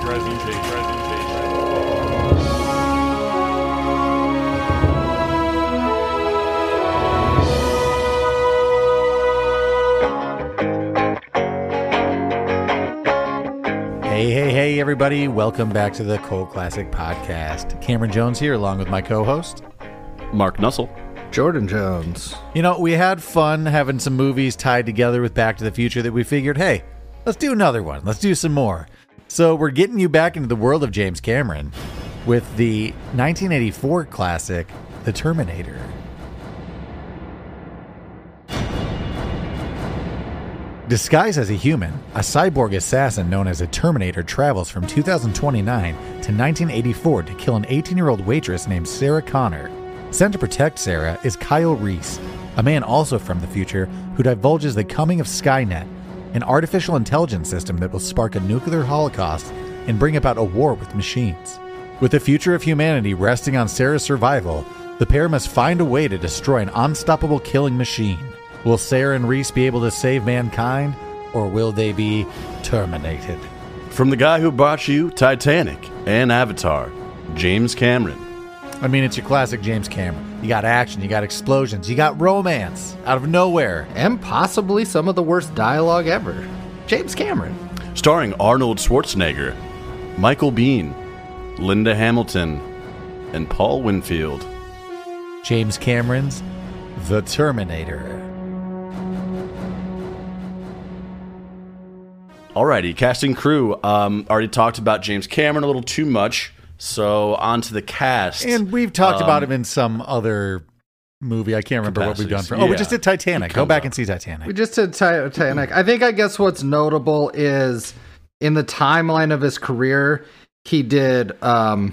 presentation. Hey, hey, hey, everybody. Welcome back to the Cold Classic Podcast. Cameron Jones here, along with my co host. Mark Nussel. Jordan Jones. You know, we had fun having some movies tied together with Back to the Future that we figured, hey, let's do another one. Let's do some more. So we're getting you back into the world of James Cameron with the 1984 classic, The Terminator. Disguised as a human, a cyborg assassin known as a Terminator travels from 2029 to 1984 to kill an 18 year old waitress named Sarah Connor. Sent to protect Sarah is Kyle Reese, a man also from the future who divulges the coming of Skynet, an artificial intelligence system that will spark a nuclear holocaust and bring about a war with machines. With the future of humanity resting on Sarah's survival, the pair must find a way to destroy an unstoppable killing machine. Will Sarah and Reese be able to save mankind, or will they be terminated? From the guy who brought you Titanic and Avatar, James Cameron. I mean, it's your classic James Cameron. You got action, you got explosions, you got romance out of nowhere. And possibly some of the worst dialogue ever. James Cameron. Starring Arnold Schwarzenegger, Michael Bean, Linda Hamilton, and Paul Winfield. James Cameron's The Terminator. Alrighty, casting crew. Um, already talked about James Cameron a little too much, so on to the cast. And we've Um, talked about him in some other movie. I can't remember what we've done capacities. for. Oh, we Yeah. just did Titanic. He Go comes back up. and see We Titanic. just did Titanic. I think I guess what's notable is in the timeline of his career, he did um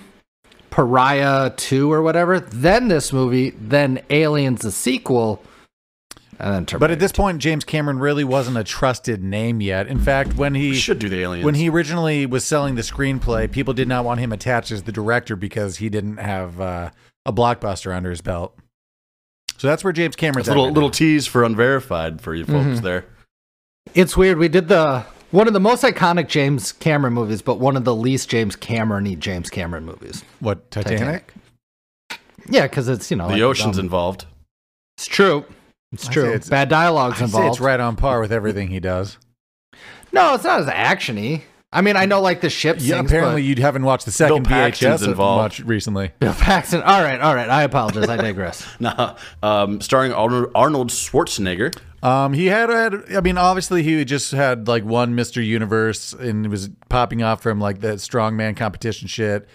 Pariah 2 or whatever, then this movie, then Aliens the sequel, and then Terminator. But at this point, James Cameron really wasn't a trusted name yet. In fact, when he we should do the aliens. when he originally was selling the screenplay, people did not want him attached as the director because he didn't have uh, a blockbuster under his belt. So that's where James Cameron's That's a little at right little tease for unverified for you Mm-hmm. folks there. It's weird. We did the one of the most iconic James Cameron movies, but one of the least James Cameron-y James Cameron movies. now. What Titanic? Titanic. Yeah, because it's you know The like, ocean's um, involved. It's true. It's I'd true. say it's- Bad dialogues I'd say involved. it's right on par with everything he does. No, it's not as actiony. I mean, I know like the ship. Yeah, sinks, apparently you haven't watched the Bill second VHS Paxton's involved. much recently. but Bill Paxton. All right, all right. I apologize. I digress. Nah, um, starring Arnold Arnold Schwarzenegger. Um, he had, had, I mean, obviously he just had like one Mr. Universe and was popping off from like that strongman competition shit.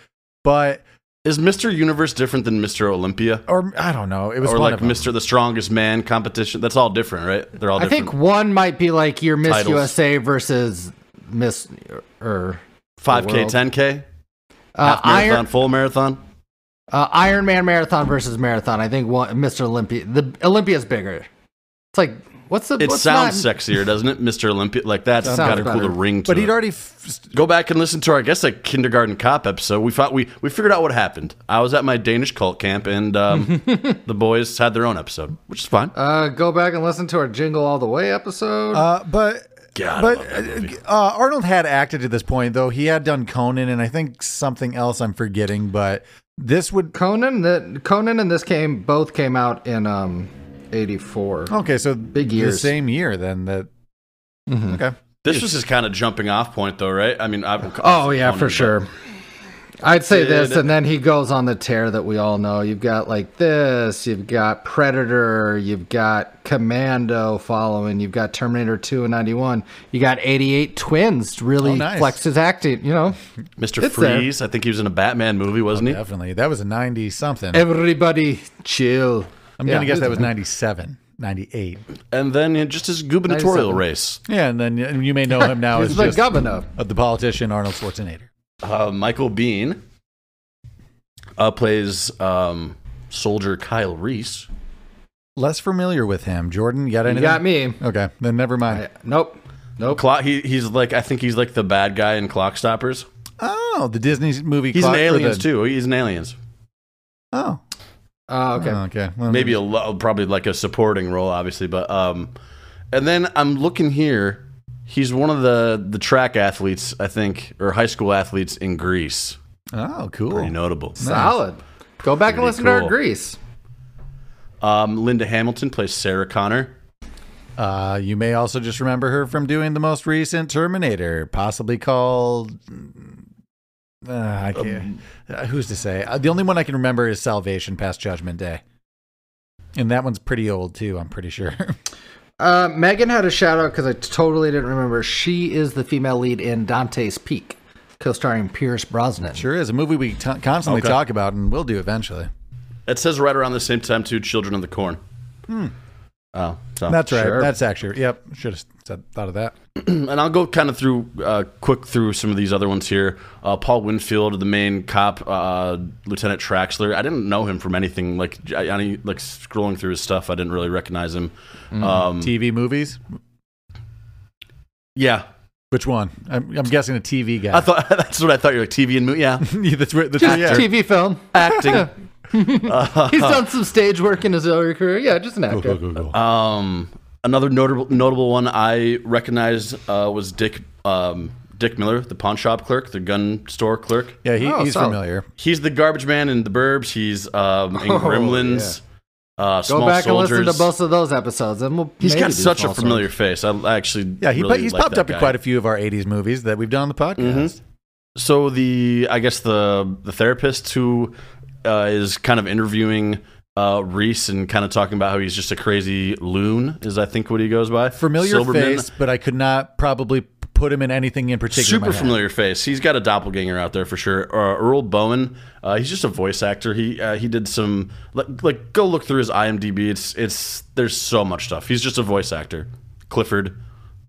But, Is Mr. Universe different than Mr. Olympia? or I don't know. It was or one like of them. Mr. the Strongest Man competition. That's all different, right? They're all I different. think one might be like your Miss Titles. USA versus Miss or five k, world. ten k, uh, half marathon, Iron full marathon. uh, Iron Man marathon versus marathon. I think one Mr. Olympia. The Olympia's bigger. It's like what's the? It what's sounds not, sexier, doesn't it, Mister Olympia? Like that's Sounds got a better. cooler ring to but it. he'd already, f- Go back and listen to our, I guess, like kindergarten cop episode. We found we we figured out what happened. I was at my Danish cult camp, and um, the boys had their own episode, which is fine. Uh, go back and listen to our Jingle All the Way episode. uh, but, God, I but love that movie. uh, Arnold had acted to this point, though. He had done Conan and I think something else I'm forgetting, but this would, Conan that Conan and this came both came out in um 84. okay, so Big the years. Mm-hmm. same year then that, okay. this was his kind of jumping off point, though, right? I mean, I, Oh yeah, for sure. I'd say this, Dude. and then he goes on the tear that we all know. You've got like this, you've got Predator, you've got Commando following, you've got Terminator 2 and 91, you got 88 Twins really Oh, nice. flex his acting, you know? Mr. It's there. Oh, Freeze. I think he was in a Batman movie, wasn't he? Definitely. That was a 90 something. Everybody chill. I'm Yeah. going to guess that was 97, 98. And then in just his gubernatorial 97. race, Yeah, and then and you may know him now as He's the just, governor. of the politician Arnold Schwarzenegger. uh, Michael Bean uh, plays um, soldier Kyle Reese. Less familiar with him. Jordan, you got You anything? got me. Okay, then never mind. I- nope. Nope. Clock. He, he's like I think he's like the bad guy in Clock Stoppers. oh, the Disney movie. He's clock in for Aliens the- too. He's in Aliens. Oh, Uh, okay. oh, okay. Well, Maybe a lo- probably like a supporting role, obviously. But um, and then I'm looking here. He's one of the the track athletes, I think, or high school athletes in Greece. Oh, cool. Pretty notable. Solid. Go back and Pretty listen to our cool. Grease. Um, Linda Hamilton plays Sarah Connor. Uh, you may also just remember her from doing the most recent Terminator, possibly called. Uh, I can't. uh, who's to say? Uh, the only one I can remember is Salvation Past Judgment Day. And that one's pretty old, too, I'm pretty sure. Uh, Megan had a shout out because I totally didn't remember. She is the female lead in Dante's Peak, co starring Pierce Brosnan. sure is. A movie we t- constantly Okay. talk about and will do eventually. That says right around the same time too. Children of the Corn. Oh, so Hmm. That's right. Sure. That's actually. Yep. Should have said, thought of that. Mm, and I'll go kind of through uh, quick through some of these other ones here. Uh, Paul Winfield, the main cop, uh, Lieutenant Traxler. I didn't know him from anything. Like I, I like scrolling through his stuff, I didn't really recognize him. Um, TV movies? yeah, Which one? I'm, I'm guessing a TV guy. I thought that's what I thought. You're like TV and movie. Yeah, Yeah, that's right. That's right. Yeah. TV film. acting. Uh-huh. He's done some stage work in his earlier career. Yeah, just an actor. Um, another notable notable one I recognized uh, was Dick um, Dick Miller, the pawn shop clerk, the gun store clerk. Yeah, he, Oh, he's solid. familiar. He's the garbage man in The Burbs. He's um, in Oh, Gremlins. Uh, Go Small back Soldiers. and listen to both of those episodes, and we'll. He's maybe got do such a Small familiar face. I I actually Yeah, he, really he's like popped that up in guy. quite a few of our 80s movies that we've done on the podcast. So the I guess the the therapist who uh, is kind of interviewing uh, Reese and kind of talking about how he's just a crazy loon is I think what he goes by. Familiar Silberman. face, but I could not probably p- put him in anything in particular. in Super my head. familiar face. He's got a doppelganger out there for sure. Uh, Earl Bowen. Uh, he's just a voice actor. He uh, he did some like, like go look through his IMDb. It's it's there's so much stuff. He's just a voice actor. Clifford,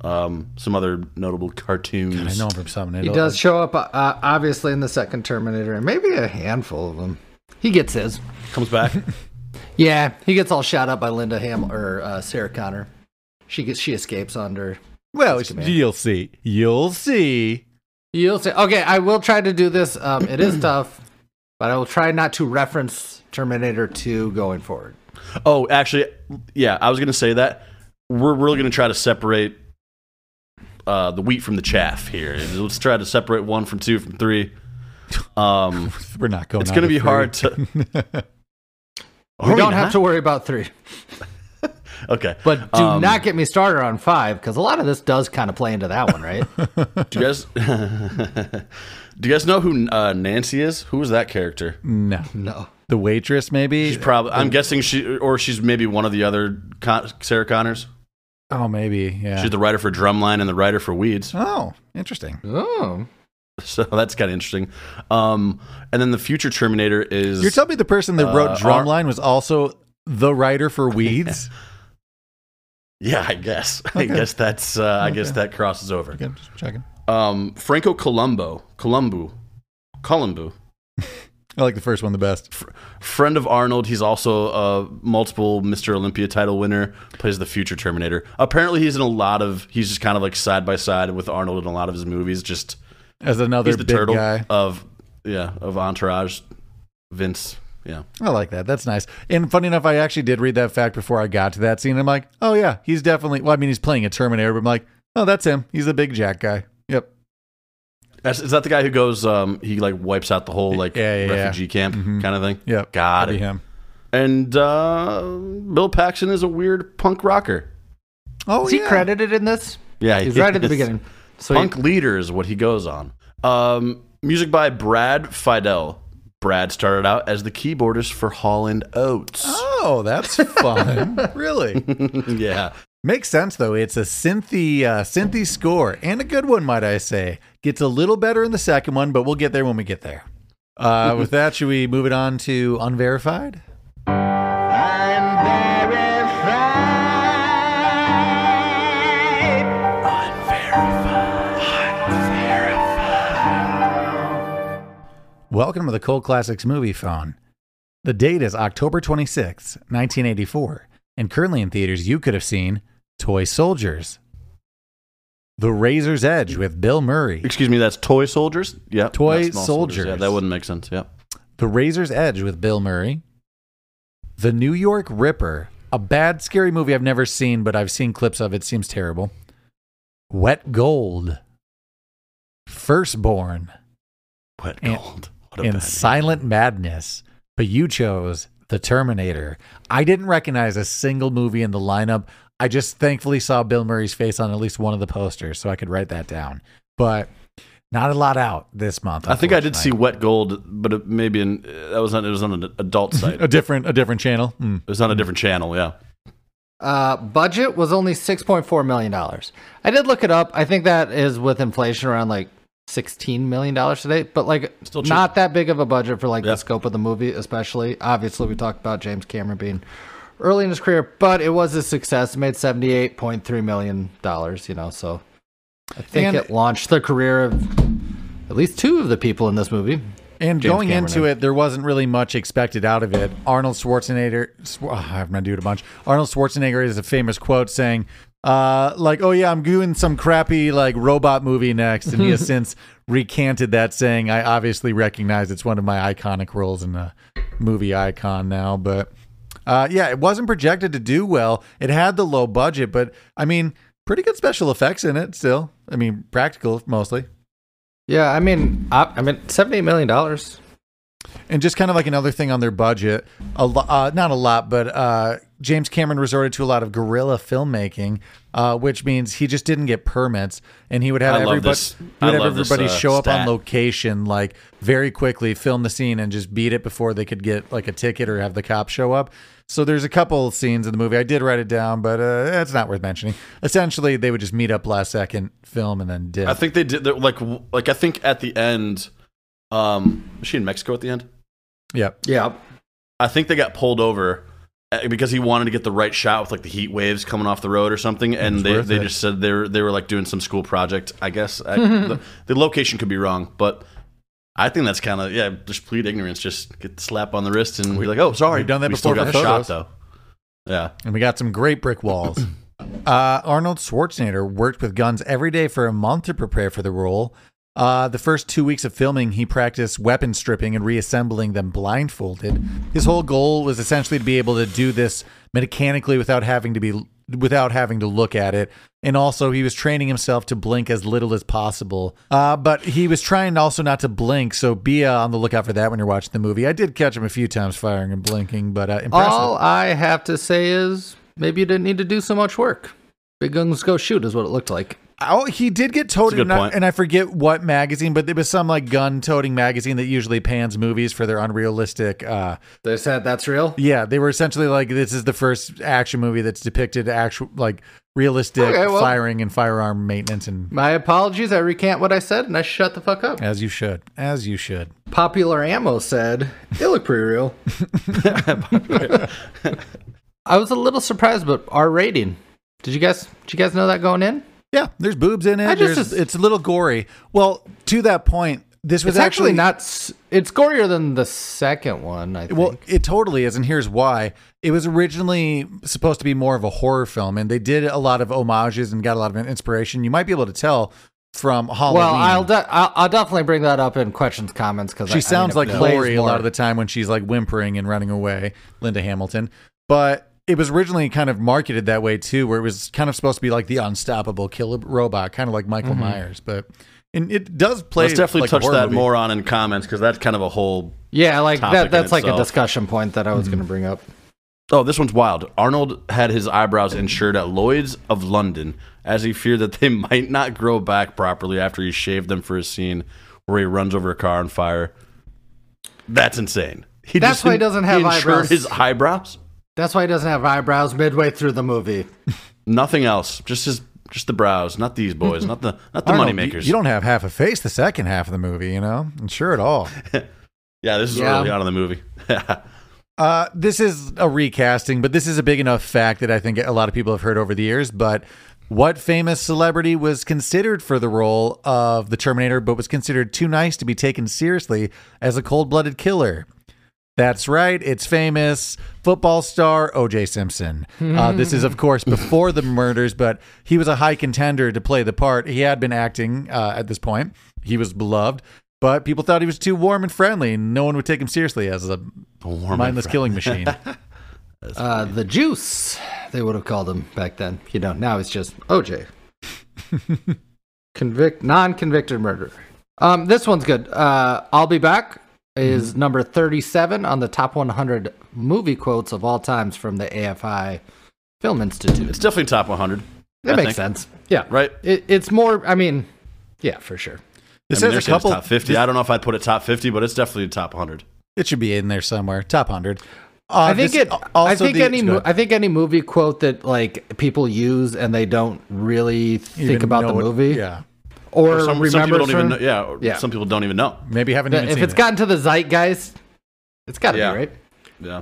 um, some other notable cartoons. I know him from something. He does show up, uh, obviously, in the second Terminator, and maybe a handful of them. He gets his. Comes back. Yeah, he gets all shot up by Linda Ham or uh, Sarah Connor. She gets she escapes under. Well, His command. you'll see. You'll see. You'll say, okay, I will try to do this. Um, it is tough, but I will try not to reference Terminator 2 going forward. oh, actually, yeah, I was gonna say that we're really gonna try to separate uh, the wheat from the chaff here. Let's try to separate one from two from three. Um, We're not going. it's on gonna be three. hard to. We don't have to worry about three, Okay, but do Um, not get me started on five because a lot of this does kind of play into that one, right? Do you guys do you guys know who uh, Nancy is? Who is that character? no, no, the waitress maybe. She's probably. I'm guessing she or she's maybe one of the other Con- Sarah Connors. oh, maybe. Yeah. She's the writer for Drumline and the writer for Weeds. oh, interesting. oh, So that's kind of interesting. Um, and then the future Terminator is. You're telling me the person that wrote Uh, Drumline was also the writer for Weeds? yeah, I guess. I guess that's. Uh, I guess that crosses over. okay, just checking. Um, Franco Colombo, Columbu, Columbu. I like the first one the best. friend of Arnold. He's also a multiple Mr. Olympia title winner. Plays the future Terminator. Apparently, he's in a lot of. He's just kind of like side by side with Arnold in a lot of his movies. Just As another he's the big turtle guy. of yeah of Entourage. Vince. Yeah. I like that. That's nice. And funny enough, I actually did read that fact before I got to that scene. I'm like, oh yeah, he's definitely. Well, I mean, he's playing a Terminator, but I'm like, oh, that's him. He's the big Jack guy. Yep. That's, is that the guy who goes? Um, he like wipes out the whole like Yeah, yeah, yeah. Mm-hmm. refugee camp kind of thing. Yep. got That'd it. be him. And uh, Bill Paxton is a weird punk rocker. Oh, is he yeah. credited in this? Yeah, he's right at the is. beginning. So Punk leader is what he goes on. Um, music by Brad Fidel. Brad started out as the keyboardist for Holland Oates. Oh, that's fun. really yeah, makes sense though. It's a synthy, uh, synthy score, and a good one, might I say. Gets a little better in the second one, but we'll get there when we get there. Uh, with that, should we move it on to unverified? Welcome to the Cold Classics Movie Phone. The date is October 26th, 1984, and currently in theaters you could have seen Toy Soldiers, The Razor's Edge with Bill Murray, excuse me. That's toy soldiers. Yeah, Toy not small Yeah, soldiers. that wouldn't make sense. Yeah, The Razor's Edge with Bill Murray, The New York Ripper, a bad, scary movie I've never seen, but I've seen clips of it, seems terrible. Wet Gold, Firstborn, Wet And- gold. What a and bad- Silent Madness. But you chose The Terminator. I didn't recognize a single movie in the lineup. I just thankfully saw Bill Murray's face on at least one of the posters, so I could write that down. But not a lot out this month. I think I did see unfortunately. Wet Gold, but it maybe in, that was on, it was on an adult site. a it different a different channel. Hmm. was on a different channel. Yeah. Uh, budget was only six point four million dollars. I did look it up. I think that is with inflation around like sixteen million dollars today, but like Still cheap. not that big of a budget for like Yeah. the scope of the movie, especially. Obviously, we talked about James Cameron being early in his career, but it was a success. It made seventy eight point three million dollars. You know, so I think And- it launched the career of at least two of the people in this movie. And James going Cameron eh? into is. it, there wasn't really much expected out of it. Arnold Schwarzenegger, Sw- oh, I'm gonna do it a bunch. Arnold Schwarzenegger is a famous quote saying, uh, like, oh yeah, I'm doing some crappy like robot movie next. And he has since recanted that saying. I obviously recognize it's one of my iconic roles in a movie icon now, but uh, yeah, it wasn't projected to do well. It had the low budget, but I mean, pretty good special effects in it still. I mean, practical mostly. Yeah, I mean, I, I mean, seventy eight million dollars. And just kind of like another thing on their budget, a lo- uh, not a lot, but uh, James Cameron resorted to a lot of guerrilla filmmaking, uh, which means he just didn't get permits, and he would have I love everybody, this. he I would have love this, everybody uh, show up on stat. location like very quickly, film the scene, and just beat it before they could get like a ticket or have the cop show up. So there's a couple of scenes in the movie. I did write it down, but uh, it's not worth mentioning. Essentially, they would just meet up last second, film, and then dip. I think they did they're like w- like I think at the end, um, was she in Mexico at the end? yep. Yeah, I think they got pulled over uh, because he wanted to get the right shot with like the heat waves coming off the road or something, and It's they, worth they it. just said they were they were like doing some school project. I guess I, the, the location could be wrong, but I think that's kind of yeah, just plead ignorance, just get the slap on the wrist and be like, oh, sorry, we've done that we still before got for shot photos. though. Yeah, and we got some great brick walls. Uh, Arnold Schwarzenegger worked with guns every day for a month to prepare for the role. Uh, the first two weeks of filming, he practiced weapon stripping and reassembling them blindfolded. His whole goal was essentially to be able to do this mechanically without having to be without having to look at it. And also, he was training himself to blink as little as possible. Uh, but he was trying also not to blink, so be uh, on the lookout for that when you're watching the movie. I did catch him a few times firing and blinking, but uh, impressive. All I have to say is maybe you didn't need to do so much work. Big Guns Go Shoot is what it looked like. Oh, he did get That's a toted, good and I, point. and I forget what magazine, but it was some like gun-toting magazine that usually pans movies for their unrealistic. uh They said that's real. Yeah, they were essentially like, "This is the first action movie that's depicted actual like realistic Okay, well- firing and firearm maintenance." And My apologies. I recant what I said and I shut the fuck up. as you should, as you should. Popular Ammo said it looked pretty real. I was a little surprised, but our rating. Did you guys? Did you guys know that going in? Yeah, there's boobs in I it. just- there's- it's a little gory. Well, to that point, this was It's actually not. s- It's gorier than the second one. I think. Well, it totally is, and here's why. It was originally supposed to be more of a horror film, and they did a lot of homages and got a lot of inspiration. You might be able to tell from Halloween. well, I'll, de- I'll I'll definitely bring that up in questions comments because she sounds like Lori a lot of the time when she's like whimpering and running away, Linda Hamilton. But it was originally kind of marketed that way too, where it was kind of supposed to be like the unstoppable killer robot, kind of like Michael Myers. But and it does play. Mm-hmm. let's definitely like a touch horror that movie. more on in comments because that's kind of a whole Yeah, like topic in that. That's like a itself. Mm-hmm. discussion point that I was going to bring up. Oh, this one's wild. Arnold had his eyebrows insured at Lloyd's of London as he feared that they might not grow back properly after he shaved them for a scene where he runs over a car on fire. That's insane. He That's why he doesn't have insured eyebrows. his eyebrows? That's why he doesn't have eyebrows midway through the movie. Nothing else. Just his just the brows, not these Mm-hmm. boys, not the not the Arnold, money You, makers. you don't have half a face the second half of the movie, you know. And sure at all. yeah, this is Yeah. early on in the movie. Uh, this is a recasting, but this is a big enough fact that I think a lot of people have heard over the years. But what famous celebrity was considered for the role of the Terminator, but was considered too nice to be taken seriously as a cold blooded killer? That's right. It's famous football star O.J. Simpson. Uh, this is, of course, before the murders, but he was a high contender to play the part. He had been acting uh, at this point. He was beloved, but people thought he was too warm and friendly, and no one would take him seriously as a Warm and mindless fresh. killing machine. Uh, the juice, they would have called him back then. You know, now it's just OJ. Convict, non-convicted murderer. Um, this one's good. Uh, I'll be back Mm-hmm. is number thirty-seven on the top one hundred movie quotes of all times from the AFI Film Institute. It's definitely top 100, That I makes think. sense. Yeah, right? It, it's more. I mean, yeah, for sure. This I mean, has they're a saying it's couple. top 50. I don't know if I'd put it top 50, but it's definitely top 100. It should be in there somewhere. Top hundred. Uh, I think it. I think any. mo- I think any movie quote that like people use and they don't really think about the movie Yeah, or, Or some, remember. some people don't even from- know. Yeah, or Yeah. some people don't even know. maybe haven't even if seen it's it. gotten to the zeitgeist, it's got to Yeah. be right. Yeah.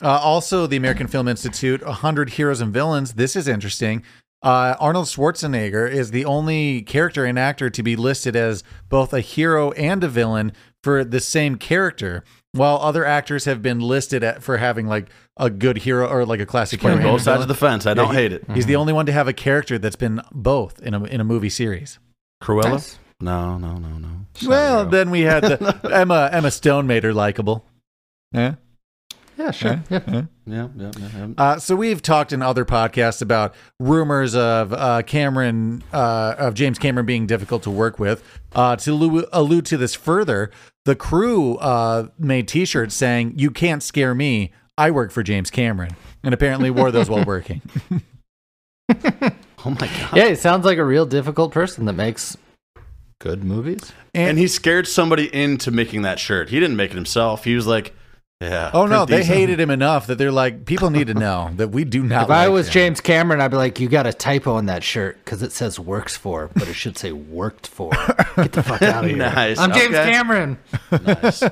Uh, also, the American Film Institute, 100 Heroes and Villains. This is interesting. Uh, Arnold Schwarzenegger is the only character and actor to be listed as both a hero and a villain for the same character, while other actors have been listed at, for having like a good hero or like a classic hero. Playing and a both sides villain. of the Mm-hmm. fence. I Yeah, don't he- Mm. hate it. He's the only one to have a character that's been both in a in a movie series. Cruella? Nice. No, no, no, no. She's not a Well, hero. then we had the Emma Emma Stone made her likable. Yeah. Yeah, sure. Yeah. Yeah, yeah, yeah. yeah. Uh, so we've talked in other podcasts about rumors of uh, Cameron uh, of James Cameron being difficult to work with. Uh, to allude, allude to this further, the crew uh, made T-shirts saying "You can't scare me. I work for James Cameron," and apparently wore those while working. Oh, my God. Yeah, he sounds like a real difficult person that makes good movies. And he scared somebody into making that shirt. He didn't make it himself. He was like, yeah. oh no, print they these. hated him enough that they're like, people need to know that we do not. If I like was him." James Cameron, I'd be like, "You got a typo on that shirt because it says works for, but it should say worked for." Get the fuck out of here. Nice, I'm James okay. Cameron. Nice.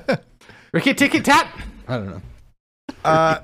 Ricky Ticky Tat. I don't know. Uh,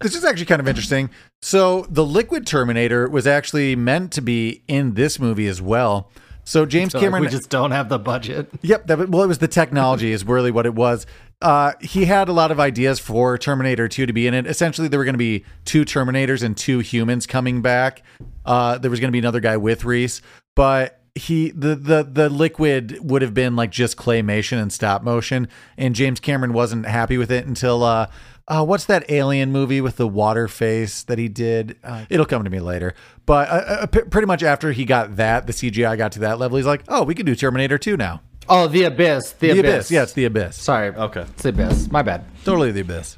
This is actually kind of interesting. So the Liquid Terminator was actually meant to be in this movie as well. So James So, like, Cameron we just don't have the budget. Yep. That, well, it was the technology is really what it was. Uh, he had a lot of ideas for Terminator 2 to be in it. Essentially, there were going to be two Terminators and two humans coming back. Uh, there was going to be another guy with Reese, but he the the the liquid would have been like just claymation and stop motion, and James Cameron wasn't happy with it until uh, uh what's that alien movie with the water face that he did? Uh, it'll come to me later. But uh, uh, p- pretty much after he got that, the CGI got to that level. He's like, oh, we can do Terminator 2 now. Oh, the abyss. The, The abyss. abyss. Yeah, it's the abyss. Sorry. Okay. It's the abyss. My bad. Totally the abyss.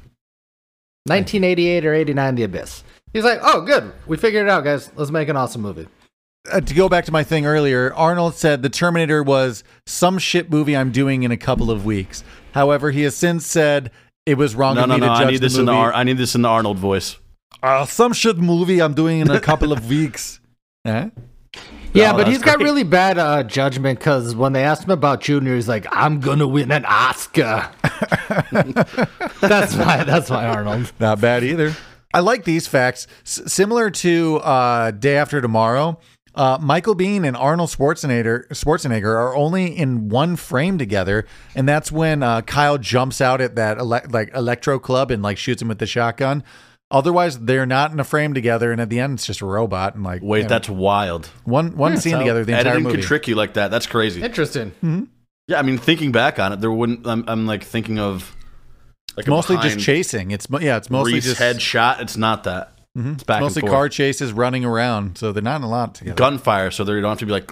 1988 or 89, The Abyss. He's like, oh, good. We figured it out, guys. Let's make an awesome movie. Uh, to go back to my thing earlier, Arnold said the Terminator was some shit movie I'm doing in a couple of weeks. However, he has since said it was wrong No, of no, me no. to judge I need the this in movie. the Ar- I need this in the Arnold voice. Uh, some shit movie I'm doing in a couple of weeks. Eh? Yeah, Oh, but that's he's got great. really bad uh, judgment because when they asked him about Junior, he's like, I'm going to win an Oscar. that's why. That's why, Arnold. Not bad either. I like these facts. S- similar to uh, Day After Tomorrow, uh, Michael Bean and Arnold Schwarzenegger, Schwarzenegger are only in one frame together, and that's when uh, Kyle jumps out at that ele- like electro club and like shoots him with the shotgun. Otherwise, they're not in a frame together, and at the end, it's just a robot and like Wait, you know, that's wild. one one scene together the entire Editing movie. could trick you like that. That's crazy. Interesting. Yeah, I mean, thinking back on it, there wouldn't. I'm, I'm like thinking of like a mostly just behind chasing. It's mo- yeah, it's mostly Reese just Mm-hmm. headshot. It's not that. It's back mostly and car forth. chases, running around. So they're not in a lot together. gunfire, so there you don't have to be like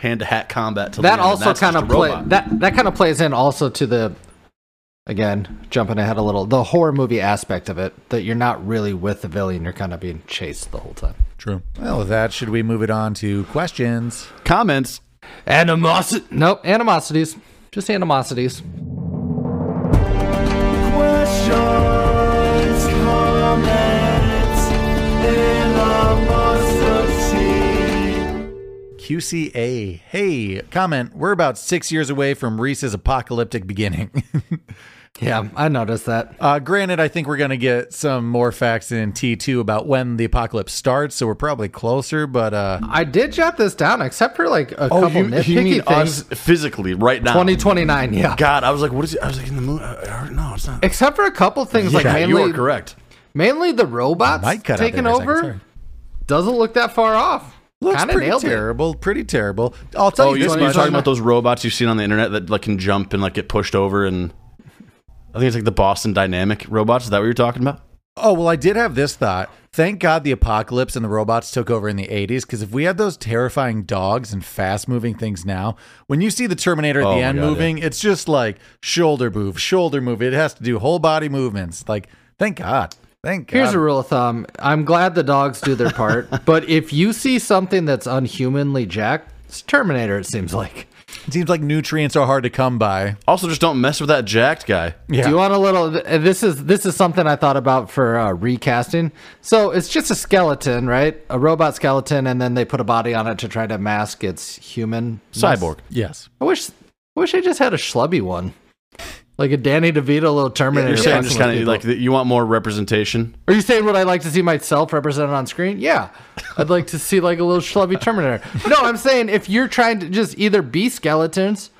hand to hat combat. To That the end, and also that's kind just of a play, robot. that that kind of plays in also to the again jumping ahead a little the horror movie aspect of it that you're not really with the villain you're kind of being chased the whole time. True. Well, with that, should we move it on to questions? comments. Animosity. Nope. Animosities. Just animosities. QCA. Hey, comment. We're about six years away from Reese's apocalyptic beginning. Yeah, I noticed that. uh, granted, I think we're going to get some more facts in T2 about when the apocalypse starts, so we're probably closer, but uh, I did jot this down, except for like Oh, a couple nitpicky things. physically right now? 2029, yeah. God, I was like, what is? It? I was like, in the movie. No, it's not. Except for a couple things, like yeah, you mainly are correct. mainly the robots might cut out taking there for a second, over. sorry. Doesn't look that far off. looks Kinda pretty nailed it. terrible. Pretty terrible. I'll tell Oh, you you, this are much. talking about those robots you've seen on the internet that like can jump and like get pushed over and I think it's like the Boston Dynamic robots. Is that what you're talking about? Oh, well, I did have this thought. Thank God the apocalypse and the robots took over in the 80s, because if we had those terrifying dogs and fast moving things now, when you see the Terminator at Oh the my end God, moving, it's just like shoulder move, shoulder move. It has to do whole body movements. Like, thank God. Thank God. Here's a rule of thumb. I'm glad the dogs do their part, but if you see something that's unhumanly jacked, it's Terminator, it seems like. it seems like nutrients are hard to come by. Also, just don't mess with that jacked guy. Yeah. Do you want a little? uh, This is this is something I thought about for uh, recasting. So it's just a skeleton, right? A robot skeleton, and then they put a body on it to try to mask its human Cyborg. yes. I wish, I wish I just had a schlubby one, like a Danny DeVito little Terminator. You're saying just fucking kind of with like people. you want more representation. Are you saying would I like to see myself represented on screen? Yeah, I'd like to see like a little schlubby Terminator. No, I'm saying if you're trying to just either be skeletons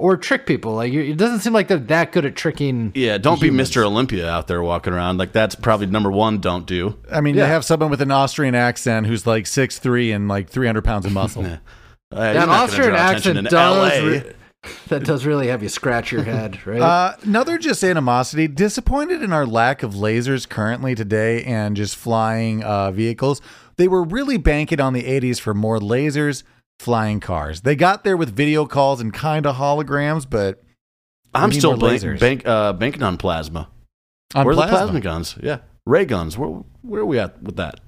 or trick people, like you, it doesn't seem like they're that good at tricking. Yeah, don't be humans. Mr. Olympia out there walking around. Like that's probably number one. Don't do. I mean, you Yeah. have someone with an Austrian accent who's like 6'3 and like 300 pounds of muscle. Uh, you're not That gonna Austrian draw attention accent in does LA. re- that does really have you scratch your head, right? Uh, another just animosity. Disappointed in our lack of lasers currently today and just flying uh, vehicles. They were really banking on the 80s for more lasers, flying cars. They got there with video calls and kind of holograms, but I'm need still more bank, lasers. bank, uh, banking on plasma. on where are plasma. the plasma guns? Yeah, ray guns. Where where are we at with that?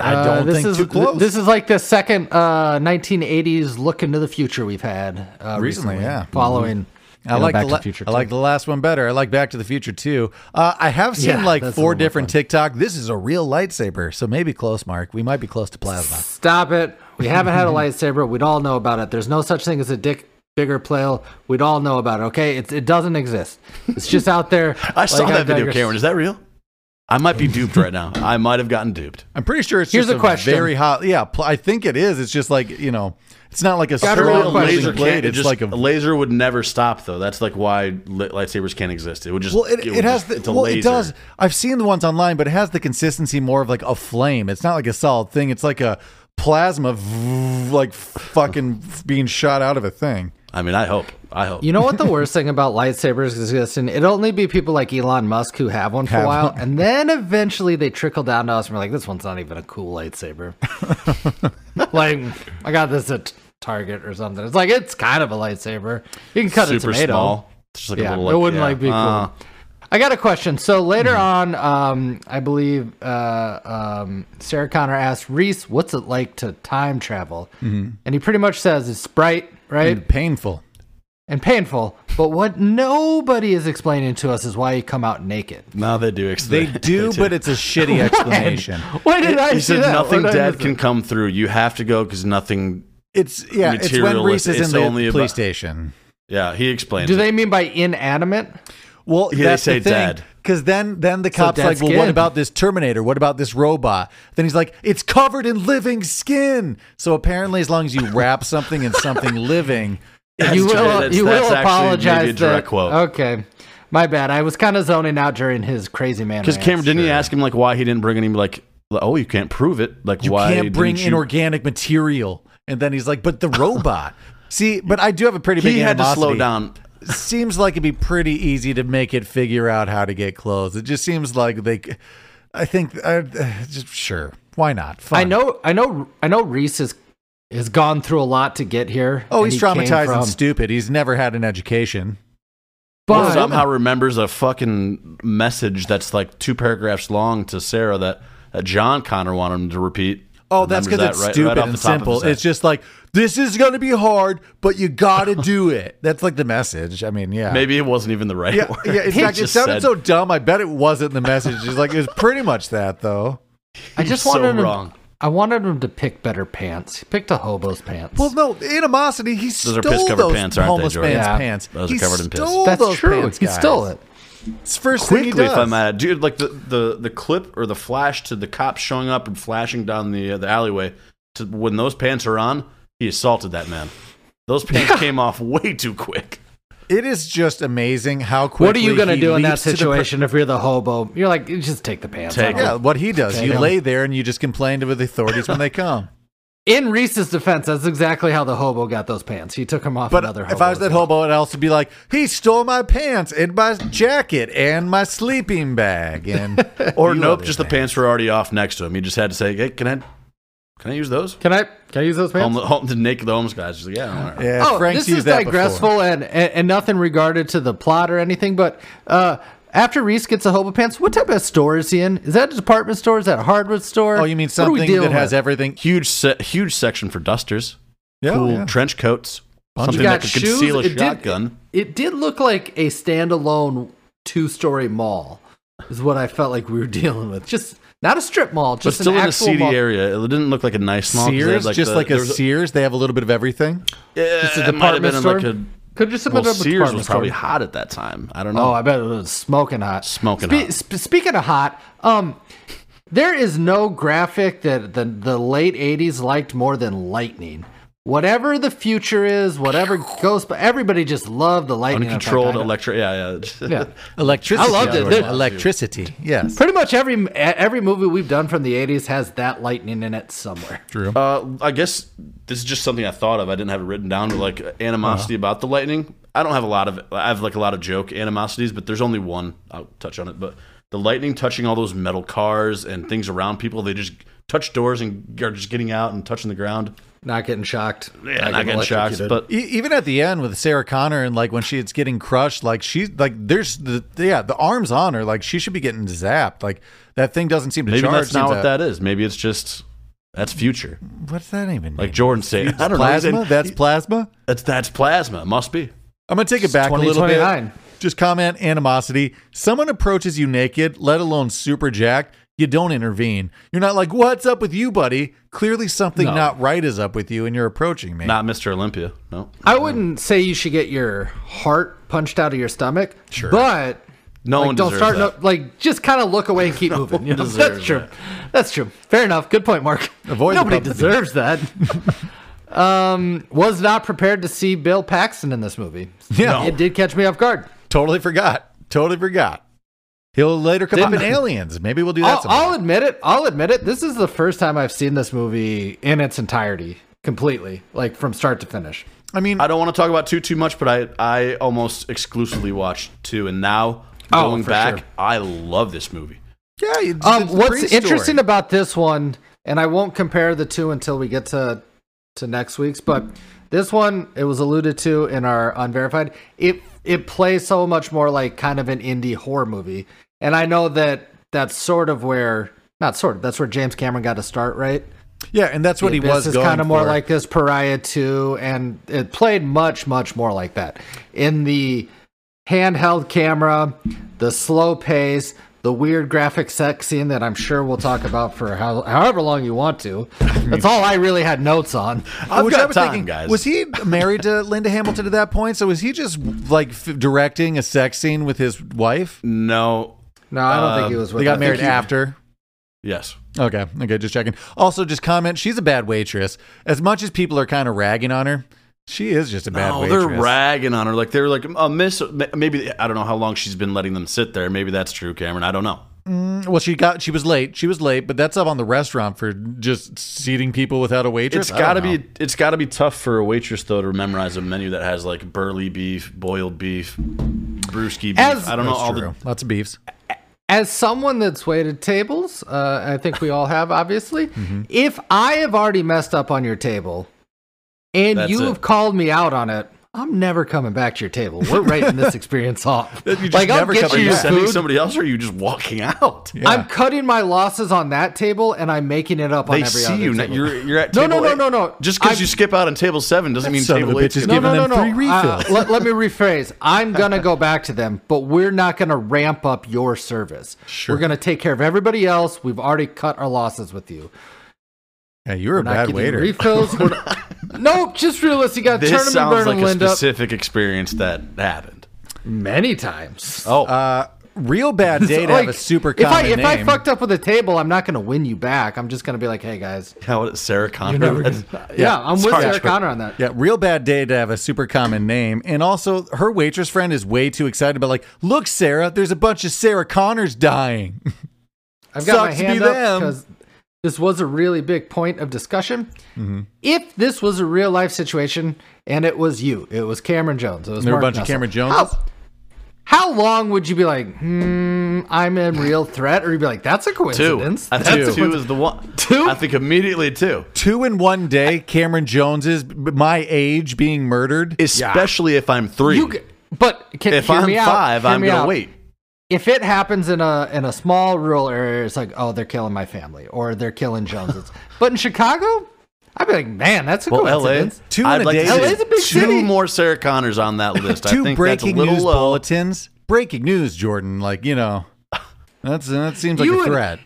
I Uh, don't this think is, too close. This is like the second uh, 1980s look into the future we've had uh, Recently, recently, yeah. Mm-hmm. Following, I you know, like Back the to la- the Future I like too. the last one better. I like Back to the Future too. Uh, I have seen Yeah, like that's four a little more different fun. TikTok. This is a real lightsaber, so maybe close, Mark. We might be close to plasma. Stop it. We haven't had a lightsaber. We'd all know about it. There's no such thing as a dick bigger flail. We'd all know about it. Okay, it, it doesn't exist. It's just out there. I saw Like, that video, digress. Cameron. Is that real? I might be duped right now. I might have gotten duped. I'm pretty sure it's Here's just a question. very hot. Yeah, pl- I think it is. It's just like you know, it's not like a Got a real strong question. laser Can't- blade. It's just- like a laser would never stop though. That's like why li- lightsabers can't exist. It would just well, it, would it has just- the it's a well, laser. it does. I've seen the ones online, but it has the consistency more of like a flame. It's not like a solid thing. It's like a plasma, vroom, like fucking being shot out of a thing. I mean, I hope. I hope. You know what the worst thing about lightsabers existing? It'd only be people like Elon Musk who have one for Have a while, one. and then eventually they trickle down to us and we're like, this one's not even a cool lightsaber. like, I got this at Target or something. It's like, it's kind of a lightsaber. You can cut super a tomato. small. It's just like Hmm. a Yeah, little. it wouldn't yeah, like be cool. uh, I got a question. So later on, um, I believe uh, um, Sarah Connor asked Reese, "What's it like to time travel?" Mm-hmm. And he pretty much says it's bright, right, Hmm. Painful. and painful. But what nobody is explaining to us is why you come out naked. No, they do. ex- They do, but it's a shitty explanation. Why did I He see said that? nothing Where did I dead miss can it? come through. You have to go because nothing. It's yeah. It's when Reese Materialistic. is in It's the only police about- station. Yeah, he explains. Do it. they mean by inanimate? Well, Yeah, they that's say the thing, dead. Because then, then the cop's dead like, "Well, what skin. about this Terminator? What about this robot?" Then he's like, "It's covered in living skin." So apparently, as long as you wrap something in something living, That's you true. will. That's- you that's will actually apologize. Maybe a direct that- quote. Okay, my bad. I was kind of zoning out during his crazy man. Because rants. Cameron didn't he ask him like why he didn't bring any like oh you can't prove it like you why can't bring didn't you- inorganic material. And then he's like, "But the robot." See, but I do have a pretty big. he had to slow animosity. down. Seems like it'd be pretty easy to make it figure out how to get clothes. It just seems like they. c- I think uh, just sure. Why not? Fine. I know, I know, I know. Reese has has gone through a lot to get here. Oh, and he's he came traumatized from- and stupid. He's never had an education. But But somehow remembers a fucking message that's like two paragraphs long to Sarah that, that John Connor wanted him to repeat. Oh, that's because Remembers it's that right- stupid right off and the top of simple. his head. It's just like this is going to be hard, but you got to do it. That's like the message. I mean, yeah, maybe it wasn't even the right yeah, word. yeah. In He fact, it just sounded said- so dumb. I bet it wasn't the message. It's like it was pretty much that, though. I just so wanted him. wrong. I wanted him to pick better pants. He picked a hobo's pants. Well, no, animosity. He stole are piss-covered those pants, aren't they, homeless Jordan? man's Yeah. pants. Those are he covered in piss. stole that's those true. pants, he guys. stole it. It's the first thing he quickly, does. if I'm at it, dude. Like the, the the clip or the flash to the cops showing up and flashing down the uh, the alleyway. To when those pants are on, he assaulted that man. Those pants came off way too quick. It is just amazing how quickly. What are you gonna he do in that leaps to the per- situation if you're the hobo? You're like, just take the pants. Take off. yeah, what he does, you Yeah. lay there and you just complain to the authorities when they come. In Reese's defense, that's exactly how the hobo got those pants. He took them off But another hobo. if I was that as well. hobo, I'd also be like, he stole my pants and my jacket and my sleeping bag and Or You nope, other just the thing. pants were already off next to him. He just had to say, "Hey, can I, can I use those?" Can I can I use those pants? Home, home to naked the homeless guys. He's like, "Yeah, all right." Yeah, oh, Frank's this is used that before. digressful and, and and nothing regarded to the plot or anything. But uh, after Reese gets a hobo pants, what type of store is he in? Is that a department store? Is that a hardware store? Oh, you mean What are we something dealing that has with? everything? huge, se- huge section for dusters, Oh, Yeah, cool yeah. trench coats, Bunch something You that got could shoes. conceal a It did- shotgun. It did look like a standalone two-story mall. Is what I felt like we were dealing with. Just not a strip mall, but just still an in a actual seedy mall. area. It didn't look like a nice mall. 'cause they had, Sears, like, just the- like there a was Sears, they have a little bit of everything. Yeah, Just a it might have been in, department like, store? a- Could just have well, been a Sears was department probably store. hot at that time. I don't know. Oh, I bet it was smoking hot. Smoking hot. sp- speaking of hot, um, there is no graphic that the the late '80s liked more than lightning. Whatever the future is, whatever goes, but everybody just loved the lightning. effect. Uncontrolled I know. electric. Yeah, yeah. Yeah. Electricity. I loved it. would They're- love. Electricity. Yes. Pretty much every e-, every movie we've done from the '80s has that lightning in it somewhere. True. Uh, I guess this is just something I thought of. I didn't have it written down, but like animosity about the lightning. I don't have a lot of. I have like a lot of joke animosities, but there's only one. I'll touch on it. But the lightning touching all those metal cars and things around people, they just touch doors and are just getting out and touching the ground. Not getting shocked. Yeah, not getting shocked. electrocuted. But E- even at the end with Sarah Connor and like when she's getting crushed, like she's like there's the yeah the arms on her, like she should be getting zapped. Like that thing doesn't seem to maybe charge. that's not seems what to- that is. Maybe it's just that's future. What's that even? Like mean? Jordan said, I don't plasma. know. That's plasma. that's that's plasma. Must be. I'm gonna take it back a little 2029. bit. Just comment animosity. Someone approaches you naked, let alone super jacked. You don't intervene. You're not like, "What's up with you, buddy?" Clearly, something not right is up with you, and you're approaching me. Not Mr. Olympia. No. I wouldn't say you should get your heart punched out of your stomach. Sure, but No like, one don't deserves start that. no, like just kind of look away and keep moving. You know, that's deserves true. that. That's true. Fair enough. Good point, Mark. Avoid the Nobody company. deserves that. um, was not prepared to see Bill Paxton in this movie. Yeah. No. it did catch me off guard. Totally forgot. Totally forgot. He'll later come up in Didn't- Oh, Aliens. Maybe we'll do that. I'll, sometime. I'll admit it. I'll admit it. This is the first time I've seen this movie in its entirety, completely, like from start to finish. I mean, Um, I don't want to talk about two too much, but I I almost exclusively watched two, and now Oh, going for back, sure. I love this movie. yeah. It's, Um, it's what's pre-story. interesting about this one, and I won't compare the two until we get to to next week's, but this one it was alluded to in our unverified. It it plays so much more like kind of an indie horror movie, and I know that that's sort of where not sort of that's where James Cameron got to start, right? yeah, and that's what he this was is going kind of more for. like this pariah 2 and it played much much more like that in the handheld camera the slow pace the weird graphic sex scene that i'm sure we'll talk about for how, however long you want to that's all i really had notes on I've Which got I was time, thinking, guys. was he married to Linda Hamilton at that point? So was he just like f- directing a sex scene with his wife? No, no i don't think he Um, was with They I got think married he- after. yes, Okay, okay, just checking. Also, just comment. She's a bad waitress. As much as people are kind of ragging on her, she is just a bad no, waitress. Oh, they're ragging on her like they're like a miss. Maybe I don't know how long she's been letting them sit there. Maybe that's true, Cameron. I don't know. Mm, well, she got she was late. She was late, but that's up on the restaurant for just seating people without a waitress. It's I don't got to know. be it's got to be tough for a waitress though to memorize a menu that has like burley beef, boiled beef, brewski beef. As- I don't know That's all true. the Lots of beefs. as someone that's waited tables uh, i think we all have obviously Mm-hmm. if i have already messed up on your table and That's you it. have called me out on it i'm never coming back to your table we're writing this experience off You just like never i'll get come- are you you your sending food somebody else or are you just walking out? Yeah. i'm cutting my losses on that table and i'm making it up on They every see other you. table. You're you're at No, no, table no, eight. no, no. Just because I'm- you skip out on table seven doesn't mean son of table a eight. bitch is no, giving no, no, them no. free Uh, refills. let, let me rephrase. I'm gonna go back to them, but we're not gonna ramp up your service. Sure. We're gonna take care of everybody else. We've already cut our losses with you. Yeah, you're a We're not bad getting waiter. refills. We're not- nope, just realistic. You got This tournament sounds burn like and a Linda specific experience that happened. many times. Oh, uh, real bad day to have a super if I common if name. I fucked up with a table, I'm not gonna win you back. I'm just gonna be like, hey guys, how is Sarah Connor? you're never gonna, yeah, I'm with Sorry. Sarah Connor on that. yeah, real bad day to have a super common name. And also, her waitress friend is way too excited about like, look, Sarah, there's a bunch of Sarah Connors dying. I've got Sucks to my be hand them. up because this was a really big point of discussion. Mm-hmm. If this was a real life situation and it was you, it was Cameron Jones, it was There were a Mark bunch of Messel, Cameron Jones? How, how long would you be like, hmm, I'm in real threat? Or you'd be like, that's a Two. coincidence. I That's think a two. coincidence." is the one. Two? I think immediately two. Two in one day, Cameron Jones's b- my age being murdered. Especially if I'm three. You g- but can, if hear I'm me out, five, hear I'm me gonna out. wait. If it happens in a in a small rural area, it's like, oh, they're killing my family or they're killing Joneses. but in Chicago, I'd be like, man, that's a Well, LA, coincidence. Two I'd in a like day. to see LA is a big two city. more Sarah Connors on that list. I two think breaking that's a little news low. bulletins. Breaking news, Jordan. Like you know, that's that seems like You a would- threat.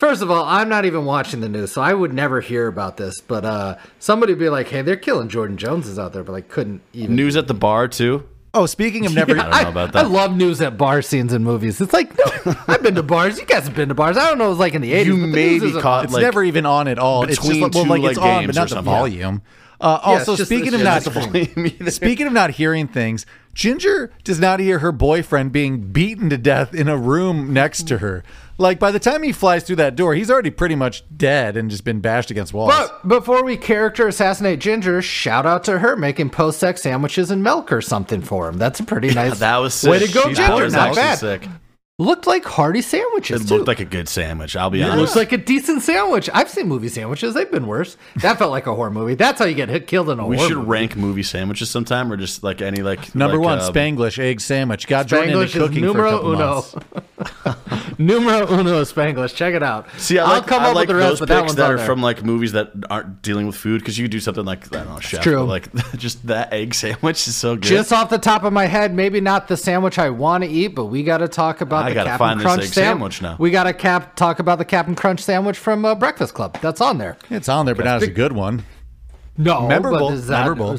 First of all, I'm not even watching the news, so I would never hear about this. But uh, somebody would be like, hey, they're killing Jordan Joneses out there, but I couldn't even. News at the bar too. Oh, speaking of never, Yeah, know about that. I love news at bar scenes and movies. It's like, no, I've been to bars. You guys have been to bars. I don't know. It was like in the 80s. You but the may news be isn't- caught it's like never even on at all. It's just between like, well, two, like it's like, on, but games not or the something. volume. Uh, also, it's just speaking the- of yeah, not it's the Speaking of not hearing things, Ginger does not hear her boyfriend being beaten to death in a room next to her. Like by the time he flies through that door, he's already pretty much dead and just been bashed against walls. But before we character assassinate Ginger, shout out to her making post sex sandwiches and milk or something for him. That's a pretty nice. that was sick. Way to go, That Ginger, was not actually bad. Sick. looked like hearty It sandwiches. too. looked like a good sandwich. I'll be It honest. looks like a decent sandwich. I've seen movie sandwiches; they've been worse. That felt like a horror movie. That's how you get hit, killed in a we horror should movie. rank movie sandwiches sometime, or just like any like Number like, one, uh, Spanglish egg sandwich. Got Jordan um, Spanglish into is cooking for a numero couple uno. months. numero uno is Spanglish. Check it out. See, I I'll like, come I up like with the rest, those but picks that one's that on are there. from like movies that aren't dealing with food because you could do something like I don't know, chef, true. but, like just that egg sandwich is so good. Just off the top of my head, maybe not the sandwich I want to eat, but we got to talk about I the gotta Captain find this Crunch egg sam- sandwich now. We got to cap talk about the Captain Crunch sandwich from uh, Breakfast Club. That's on there. It's on there, but not as a good one. No, but memorable. is that- memorable.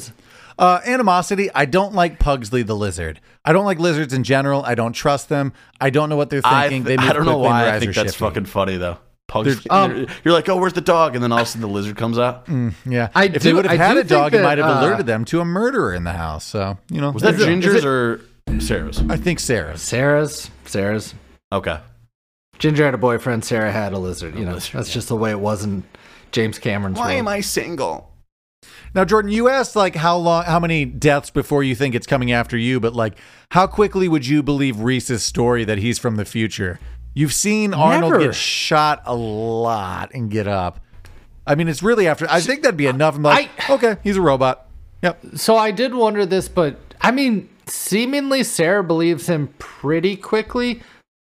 Uh, animosity. I don't like Pugsley the lizard. I don't like lizards in general. I don't trust them. I don't know what they're I, thinking. th- they move I don't know quickly and why I rise think are that's shifty. fucking funny though. Pugs, um, Mm. they're- you're like, oh, where's the dog? And then all of a sudden the lizard comes out. Yeah, I if they do- would have I had do a dog, think it might that, have uh, alerted them to a murderer in the house. So you know, Was that Is it- Ginger's is it- or Sarah's? I think Sarah's. Sarah's, Sarah's. Okay. Ginger had a boyfriend. Sarah had a lizard. You know, lizard, that's just the way it was in James Cameron's. world. I single? Now, Jordan, you asked like how long, how many deaths before you think it's coming after you, but like how quickly would you believe Reese's story that he's from the future? You've seen Arnold Never. get shot a lot and get up. I mean, it's really after. I think that'd be enough. I'm like, okay, he's a robot. Yep. So I did wonder this, but I mean, seemingly Sarah believes him pretty quickly,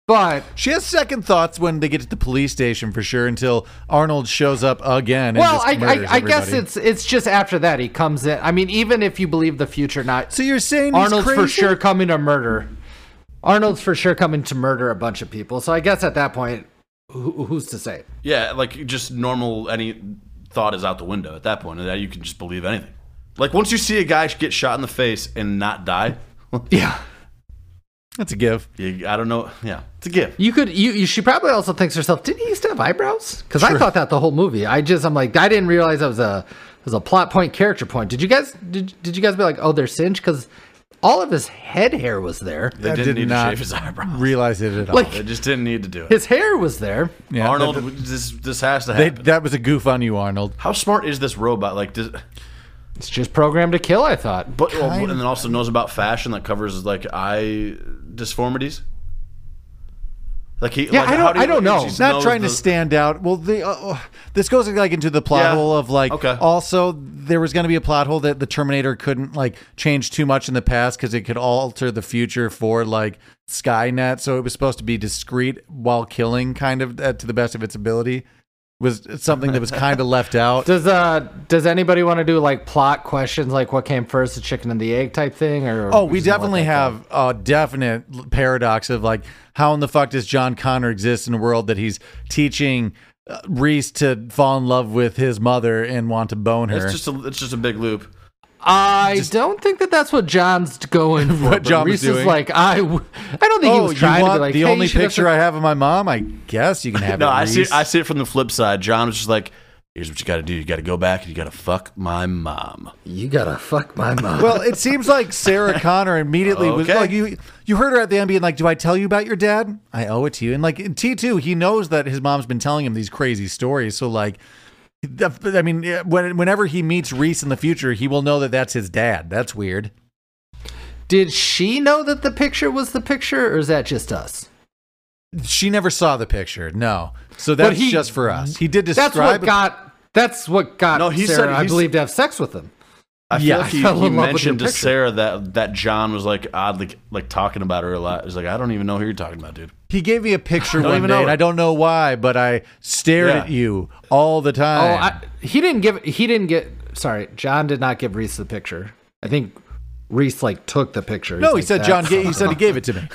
but She has second thoughts when they get to the police station for sure. Until Arnold shows up again. And well, just I, murders I, I guess everybody. it's it's just after that he comes in. I mean, even if you believe the future, not So you're saying he's Arnold's for crazy? sure coming to murder. Arnold's for sure coming to murder a bunch of people. So I guess at that point, who, who's to say? Yeah, like just normal. Any thought is out the window at that point. and That you can just believe anything. Like once you see a guy get shot in the face and not die, Yeah, That's a give. you, I don't know. Yeah, it's a gift. you could. You, you she probably also thinks to herself. Didn't he used to have eyebrows? Because I thought that the whole movie. I just I'm like I didn't realize that was a was a plot point, character point. Did you guys did, did you guys be like oh they're singed because all of his head hair was there. They I didn't did need not to shave his eyebrows. Realize it at all. Like- They just didn't need to do it. His hair was there. Yeah, Arnold, that- this this has to They, happen. that was a goof on you, Arnold. How smart is this robot? Like, does, It's just programmed to kill. I thought. but and then also knows about fashion that covers like eye disformities. Like he, Yeah, like, I how don't- do you- I don't know. he just Not knows trying to the- stand out. Well, the, uh, uh, this goes like into the plot Yeah. hole of like. Okay. Also, there was going to be a plot hole that the Terminator couldn't like change too much in the past because it could alter the future for like Skynet. So it was supposed to be discreet while killing, kind of uh, to the best of its ability. Was something that was kind of left out. Does uh does anybody want to do like plot questions like what came first the chicken and the egg type thing or Oh, we just gonna definitely let that go? have a definite l- paradox of like, how in the fuck does John Connor exist in a world that he's teaching uh, Reese to fall in love with his mother and want to bone her? It's just a, it's just a big loop. I don't think that that's what John's going for. What but John was Reese is doing. like I w- I don't think he oh, was you trying to want be like the "Hey, you only should have picture I have of my mom? I guess you can have No, it. I see. Reese." I see it from the flip side. John was just like, here's what you got to do. You got to go back and you got to fuck my mom. You gotta fuck my mom. Well, it seems like Sarah Connor immediately was Okay. like you. You heard her at the end being like, "Do I tell you about your dad? I owe it to you." And like T two, he knows that his mom's been telling him these crazy stories. So like, the- I mean, yeah, when, whenever he meets Reese in the future, he will know that that's his dad. That's weird. Did she know that the picture was the picture, or is that just us? She never saw the picture. No, so that's he- just for us. He did describe. That's what got. That's what got No, he Sarah, said- I he believe, to have sex with him. I Yeah, feel like I he, fell he in love with mentioned your to picture. Sarah that that John was like oddly like talking about her a lot. He's like, I don't even know who you're talking about, dude. he gave me a picture Don't one even day, know and it. I don't know why, but I stared Yeah. at you all the Oh, time. I, he didn't give. He didn't get. Sorry, John did not give Reese the picture. I think Reese like took the picture. no, He's he like, said "That's John. Ga- he not said he mine." gave it to me.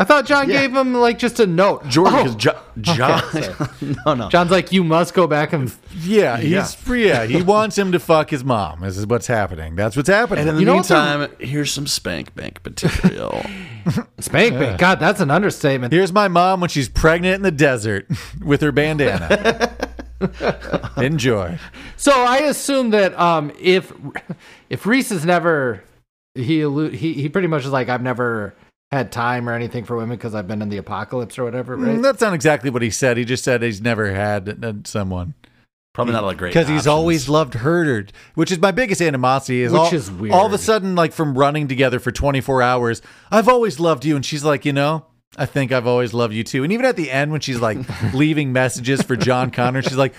I thought John gave him like just a note. Jordan, Oh, because John, no, no, John's like, you must go back and. Yeah, he's yeah. He wants him to fuck his mom. This is what's happening. That's what's happening. And in the You know what the- meantime, here's some spank bank material. Spank me. God, that's an understatement. Here's my mom when she's pregnant in the desert with her bandana. Enjoy. So I assume that um, if if Reese is never he allu- he he pretty much is like I've never had time or anything for women because I've been in the apocalypse or whatever, right? Mm, That's not exactly what he said. He just said he's never had uh, someone Probably not a lot of great because he's options. always loved her, which is my biggest animosity. Is Which all, is weird. All of a sudden, like from running together for 24 hours, I've always loved you, and she's like, you know. I think I've always loved you too. And even at the end, when she's like leaving messages for John Connor, she's like,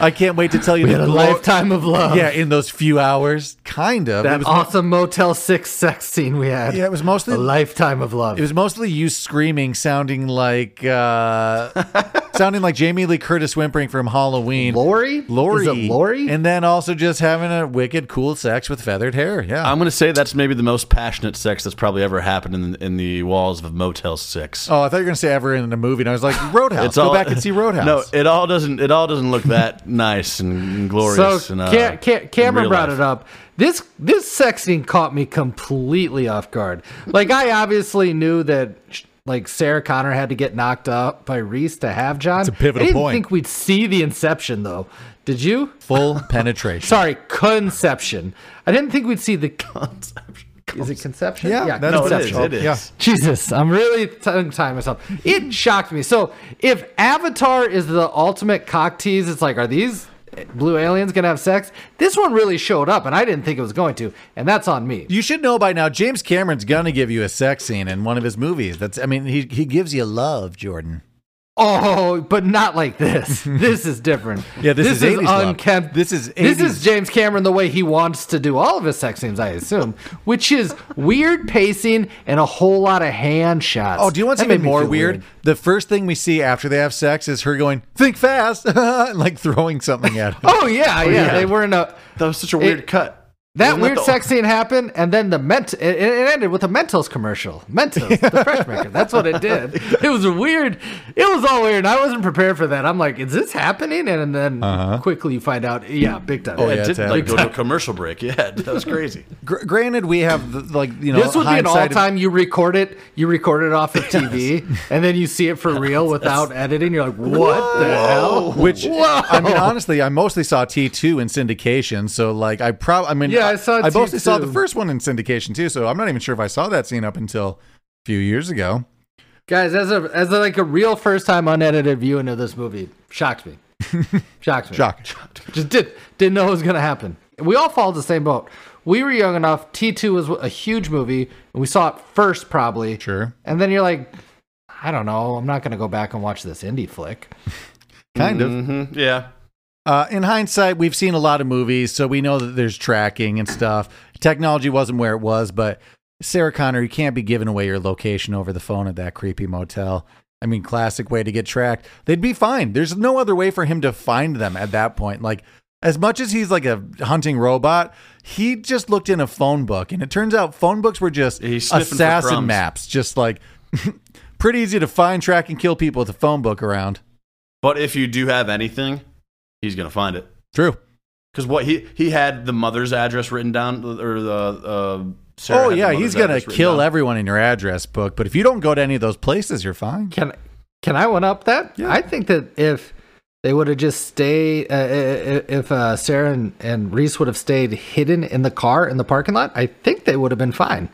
"I can't wait to tell you We the had a glo- lifetime of love. yeah, in those few hours, kind of. it that was, awesome Motel Six sex scene we had. yeah, it was a mostly lifetime of love. it was mostly you screaming, sounding like uh, sounding like Jamie Lee Curtis whimpering from Halloween. Lori, Lori, is it Lori? and then also just having a wicked cool sex with feathered hair. Yeah, I'm gonna say that's maybe the most passionate sex that's probably ever happened in in the walls of Motel Six. oh, I thought you were gonna say ever in a movie, and I was like Roadhouse. It's Go all- back and see Roadhouse. No, it all doesn't. It all doesn't look that nice and glorious. so and, uh, Ca- Ca- Cameron real brought life. it up. This this sex scene caught me completely off guard. Like I obviously knew that like Sarah Connor had to get knocked up by Reese to have John. It's a pivotal I didn't point. think we'd see the inception though. Did you? full penetration. Sorry, conception. I didn't think we'd see the Is it conception? Yeah, that's No, it is. conceptual. It is. Yeah. Jesus, I'm really tongue tying myself. It shocked me. So, if Avatar is the ultimate cock tease, it's like, are these blue aliens gonna have sex? This one really showed up, and I didn't think it was going to, and that's on me. You should know by now. James Cameron's gonna give you a sex scene in one of his movies. That's, I mean, he he gives you love, Jordan. Oh, but not like this. This is different. Yeah, this is 80s love. unkempt. This is this 80s. is James Cameron the way he wants to do all of his sex scenes, I assume, which is weird pacing and a whole lot of hand shots. Oh, do you want That something made me more feel weird? The first thing we see after they have sex is her going, think fast, and like throwing something at him. Oh yeah, yeah, yeah. They were in a That was such a weird It- cut. That Wasn't weird the- sex scene happened, and then the ment it, it ended with a Mentos commercial. Mentos, the fresh maker. That's what it did. It was weird. It was all weird. and I wasn't prepared for that. I'm like, is this happening? And, then quickly you find out, yeah, big time. Uh-huh. Oh, yeah, it it's did like go to a commercial break. Yeah, that was crazy. Gr- granted, we have the, like you know This would be an hindsight of- all-time. You record it, you record it off of TV, and then you see it for real without editing. You're like, what the hell? Which I mean, honestly, I mostly saw T two in syndication. So like, I probably, I mean, Yeah, I saw I mostly saw the T2. first one in syndication too. So I'm not even sure if I saw that scene up until a few years ago. Guys, as a as a, like a real first-time unedited viewing of this movie, shocked me. shocked me. Shock. Just did didn't know it was gonna happen. We all followed the same boat. We were young enough. T two was a huge movie, and we saw it first probably. Sure. And then you're like, I don't know. I'm not gonna go back and watch this indie flick. Kind of. hmm Yeah. Uh, in hindsight, we've seen a lot of movies, so we know that there's tracking and stuff. Technology wasn't where it was, but Sarah Connor, you can't be giving away your location over the phone at that creepy motel. I mean, classic way to get tracked. They'd be fine. There's no other way for him to find them at that point. Like, as much as he's like a hunting robot, he just looked in a phone book, and it turns out phone books were just He's sniffing for assassin crumbs. maps. Just like pretty easy to find, track, and kill people with a phone book around. But if you do have anything, he's gonna find it. True. Because what he he had the mother's address written down, or the uh, Sarah oh had the yeah, mother's he's gonna address written kill down. everyone in your address book. But if you don't go to any of those places, you're fine. Can can I one up that? Yeah. I think that if They would have just stayed. Uh, i- i- if uh, Sarah and, and Reese would have stayed hidden in the car in the parking lot, I think they would have been fine.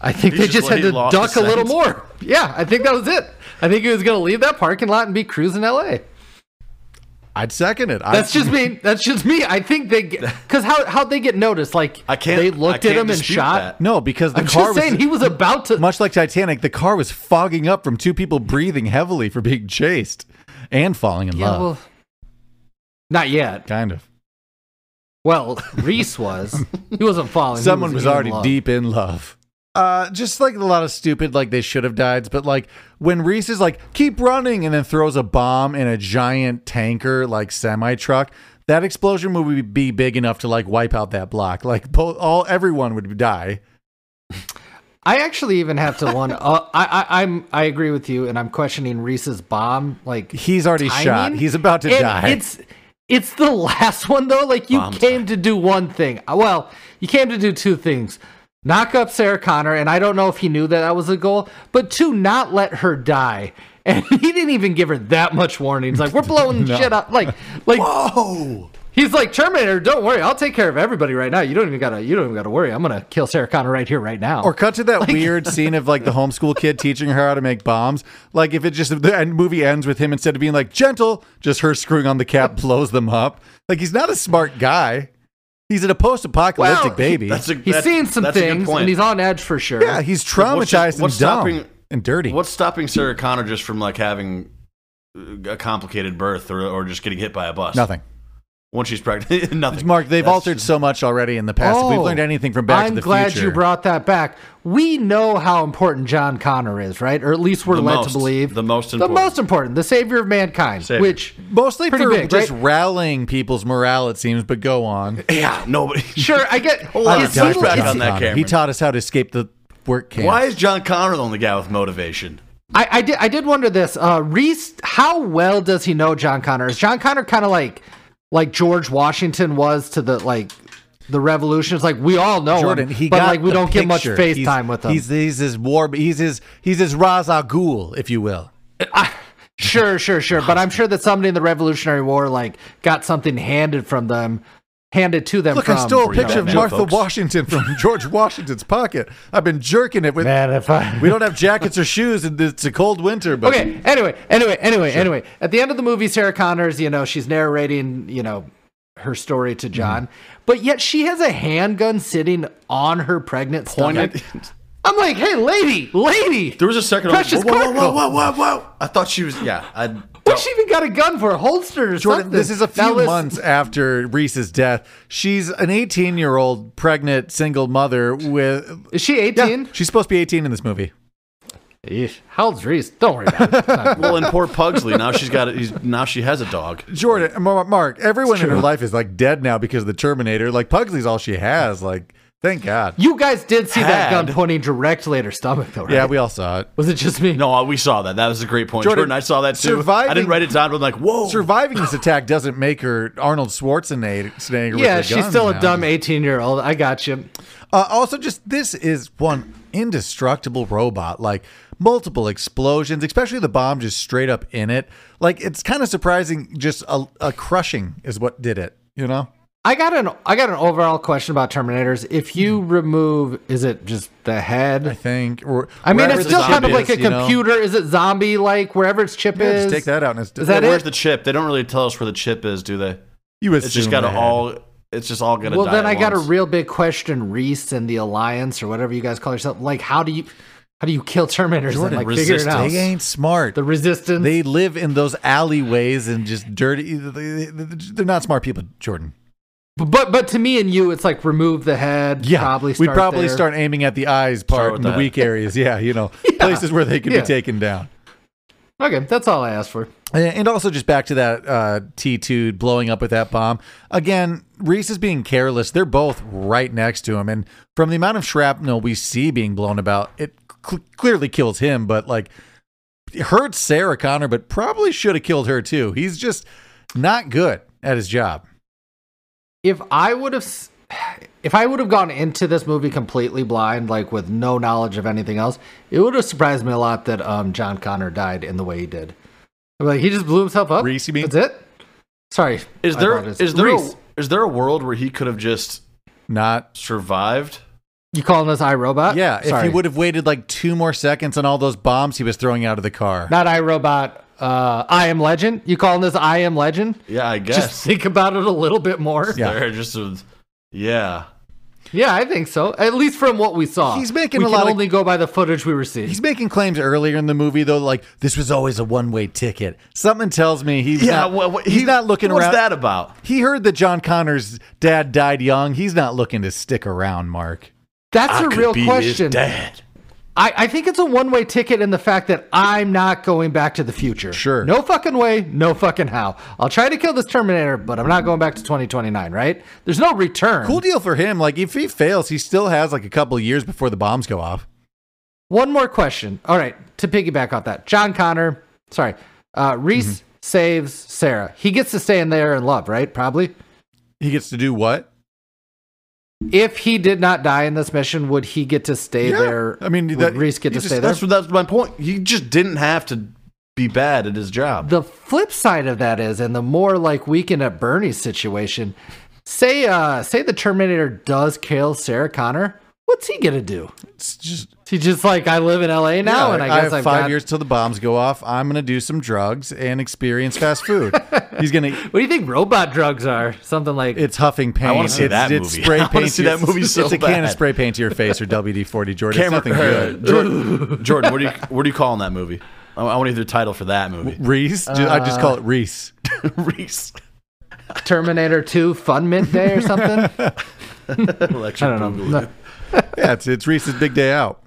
I think He they just just, lo- had he to lost duck a his little sense. more. Yeah, I think that was it. I think he was going to leave that parking lot and be cruising LA. I'd second it. I- That's just me. That's just me. I think they because how how they get noticed? Like I can't. They I looked can't at him and dispute shot. that. no, because the I'm car just saying was he was about to. much like Titanic. The car was fogging up from two people breathing heavily for being chased and falling in Yeah, love. well, not yet. kind of. Well, Reese was. He wasn't falling. He Someone was in already love. deep in love. Uh, just like a lot of stupid, like they should have died, but like when Reese is like, keep running, and then throws a bomb in a giant tanker, like semi truck, that explosion would be big enough to like wipe out that block. Like, both, all everyone would die. I actually even have to one. Uh, I, I I'm I agree with you, and I'm questioning Reese's bomb. Like He's already shot, timing. he's about to And die. It's it's the last one though. Like you Bomb came to do one thing. Uh, Well, you came to do two things. Knock up Sarah Connor, and I don't know if he knew that that was a goal, but to not let her die. And he didn't even give her that much warning. He's like, "We're blowing shit up." Like, like oh, he's like, "Terminator, don't worry, I'll take care of everybody right now. You don't even gotta, you don't even gotta worry. I'm gonna kill Sarah Connor right here, right now." or cut to that weird scene of like the homeschool kid teaching her how to make bombs. Like, if it just the end movie ends with him instead of being like gentle, just her screwing on the cap blows them up. Like, he's not a smart guy. He's in a post-apocalyptic Well, baby. That's a, he's that- seeing some that's a good things point. and he's on edge for sure. Yeah, he's What's traumatized just- and what's dumb stopping- and dirty. What's stopping Sarah Connor just from like having uh, a complicated birth or, or just getting hit by a bus? Nothing. Once she's pregnant, nothing. Mark, they've That's- Oh, altered so much already in the past. if we've learned anything from Back Oh, I'm to the glad Future. you brought that back. We know how important John Connor is, right? Or at least we're The led most- to believe the most the most important, the savior of mankind. Savior. Which Mostly Pretty for big, just right? rallying people's morale, it seems, but go on. Yeah, nobody. sure, I get. lot is of he- flashbacks is- on that Connor. He Cameron. taught us how to escape the work camp. Why is John Connor the only guy with motivation? I, I did. I did wonder this. Uh, Reese, how well does he know John Connor? Is John Connor kind of like like George Washington was to the like the revolution? It's like we all know Jordan, him, he but got like we the don't get much picture. face He's- time with him. He's he's his war. He's his he's his Ra's al Ghul, if you will. Sure, sure, sure. But I'm sure that somebody in the Revolutionary War like got something handed from them, handed to them. Look, from, I stole a Free picture of Batman, Martha folks. Washington from George Washington's pocket. I've been jerking it with. Man, if I We don't have jackets or shoes, and it's a cold winter. But okay. Anyway, anyway, anyway, anyway. At the end of the movie, Sarah Connors, you know, she's narrating, you know, her story to John, but yet she has a handgun sitting on her pregnant Pointed. stomach. I'm like, hey, lady, lady. There was a second. I was- Precious whoa, whoa, whoa, Corporal. whoa, whoa, whoa, whoa! I thought she was. Yeah, I. don't- What's she even got a gun for? A holster or Jordan, something? this is a Now few listen- months after Reese's death. She's an 18 year old pregnant single mother with. Is she Yeah, 18? she's supposed to be 18 in this movie. Eesh. How old's Reese? Don't worry about it. Well, and poor Pugsley. Now she's got. A, he's, now she has a dog. Jordan, Mar- Mark, everyone in her life is like dead now because of the Terminator. Like Pugsley's all she has. Like, thank God. You guys did see that gun Had. pointing directly at her stomach, though, right? Yeah, we all saw it. Was it just me? No, uh, we saw that. That was a great point, Jordan, Jordan. I saw that too. I surviving- didn't write it down, but I'm like, whoa. Surviving this attack doesn't make her Arnold Schwarzenegger. with Yeah, her she's guns still a now. dumb 18 year old. I got you. Uh, also, just this is one indestructible robot. Like multiple explosions, especially the bomb just straight up in it. Like it's kind of surprising. Just a, a crushing is what did it. You know, I got an I got an overall question about Terminators. If you remove, is it just the Hmm. I head? think. Or I mean, wherever it's the still kind of zombie like a is, you know? computer. Is it zombie like wherever its chip Yeah, is? just take that out and it's Is that Where's it? the chip? They don't really tell us where the chip is, do they? You It's just got to all. It's just all gonna. Well, die then at I got a once. real big question, Reese and the Alliance or whatever you guys call yourself. Like, how do you how do you kill Terminators Jordan, and like figure it out? They ain't smart. The resistance. they live in those alleyways and just dirty. they- they- They're not smart people, Jordan. but but to me and you, it's like remove the head. Yeah, probably we'd probably there. start aiming at the eyes part with and the that. weak areas. Yeah, you know, places where they could Yeah. be taken down. Okay, that's all I asked for. And and also, just back to that uh, T two blowing up with that bomb again. Reese is being careless. They're both right next to him, and from the amount of shrapnel we see being blown about, it cl- clearly kills him. But like, it hurts Sarah Connor, but probably should have killed her too. He's just not good at his job. if I would have s- if I would have gone into this movie completely blind, like with no knowledge of anything else, it would have surprised me a lot that um, John Connor died in the way he did. Like he just blew himself up. Reese, you mean? That's it. Sorry. Is I there apologize. is there a, Reese, is there a world where he could have just Not. survived? you calling us iRobot? Yeah, if Uh, Sorry. he would have waited like two more seconds on all those bombs he was throwing out of the car. Not iRobot. Uh, I am Legend. You calling this I am Legend? Yeah, I Just guess. think about it a little bit more. Yeah. They're just a- yeah. Yeah, I think so. At least from what we saw, He's making we a can lot of- only go by the footage we received. He's making claims earlier in the movie though, like this was always a one-way ticket. Something tells me he's Yeah, not, wha- wha- he's he- not looking what's around. that about? He heard that John Connor's dad died young. He's not looking to stick around, Mark. That's I a could real be his question. I, dad. I think it's a one way ticket in the fact that I'm not going back to the future. Sure. No fucking way, no fucking how. I'll try to kill this Terminator, but I'm not going back to 2029, right? There's no return. Cool deal for him. Like if he fails, he still has like a couple of years before the bombs go off. One more question. All right, to piggyback off that, John Connor, sorry, uh, Reese Mm-hmm. saves Sarah. He gets to stay in there in love, right? Probably. He gets to do what? If he did not die in this mission, would he get to stay Yeah. there? I mean, would that- Reese get you to just- stay there? That's that's my point. He just didn't have to be bad at his job. the flip side of that is, and the more like weekend at Bernie's situation, say uh say the Terminator does kill Sarah Connor, what's he gonna do? It's just He's just like I live in LA now, yeah, and I I, guess have I've five got- years till the bombs go off. I'm gonna do some drugs and experience fast food. he's gonna. What do you think robot drugs are? Something like It's huffing paint. wanna see it's, that it's movie. Spray I wanna paint see to- that movie it's- so It's a can of bad. spray paint to your face or WD-40 Jordan. Cameron- it's nothing good. uh, Jordan, Jordan, what do you what are you calling that movie? I, I want to hear the title for that movie. Reese, Ju- I just call it Reese. Uh. Reese Terminator Two Fun Midday or something. Electric I don't Boogaloo. know. yeah, it's, it's Reese's big day out.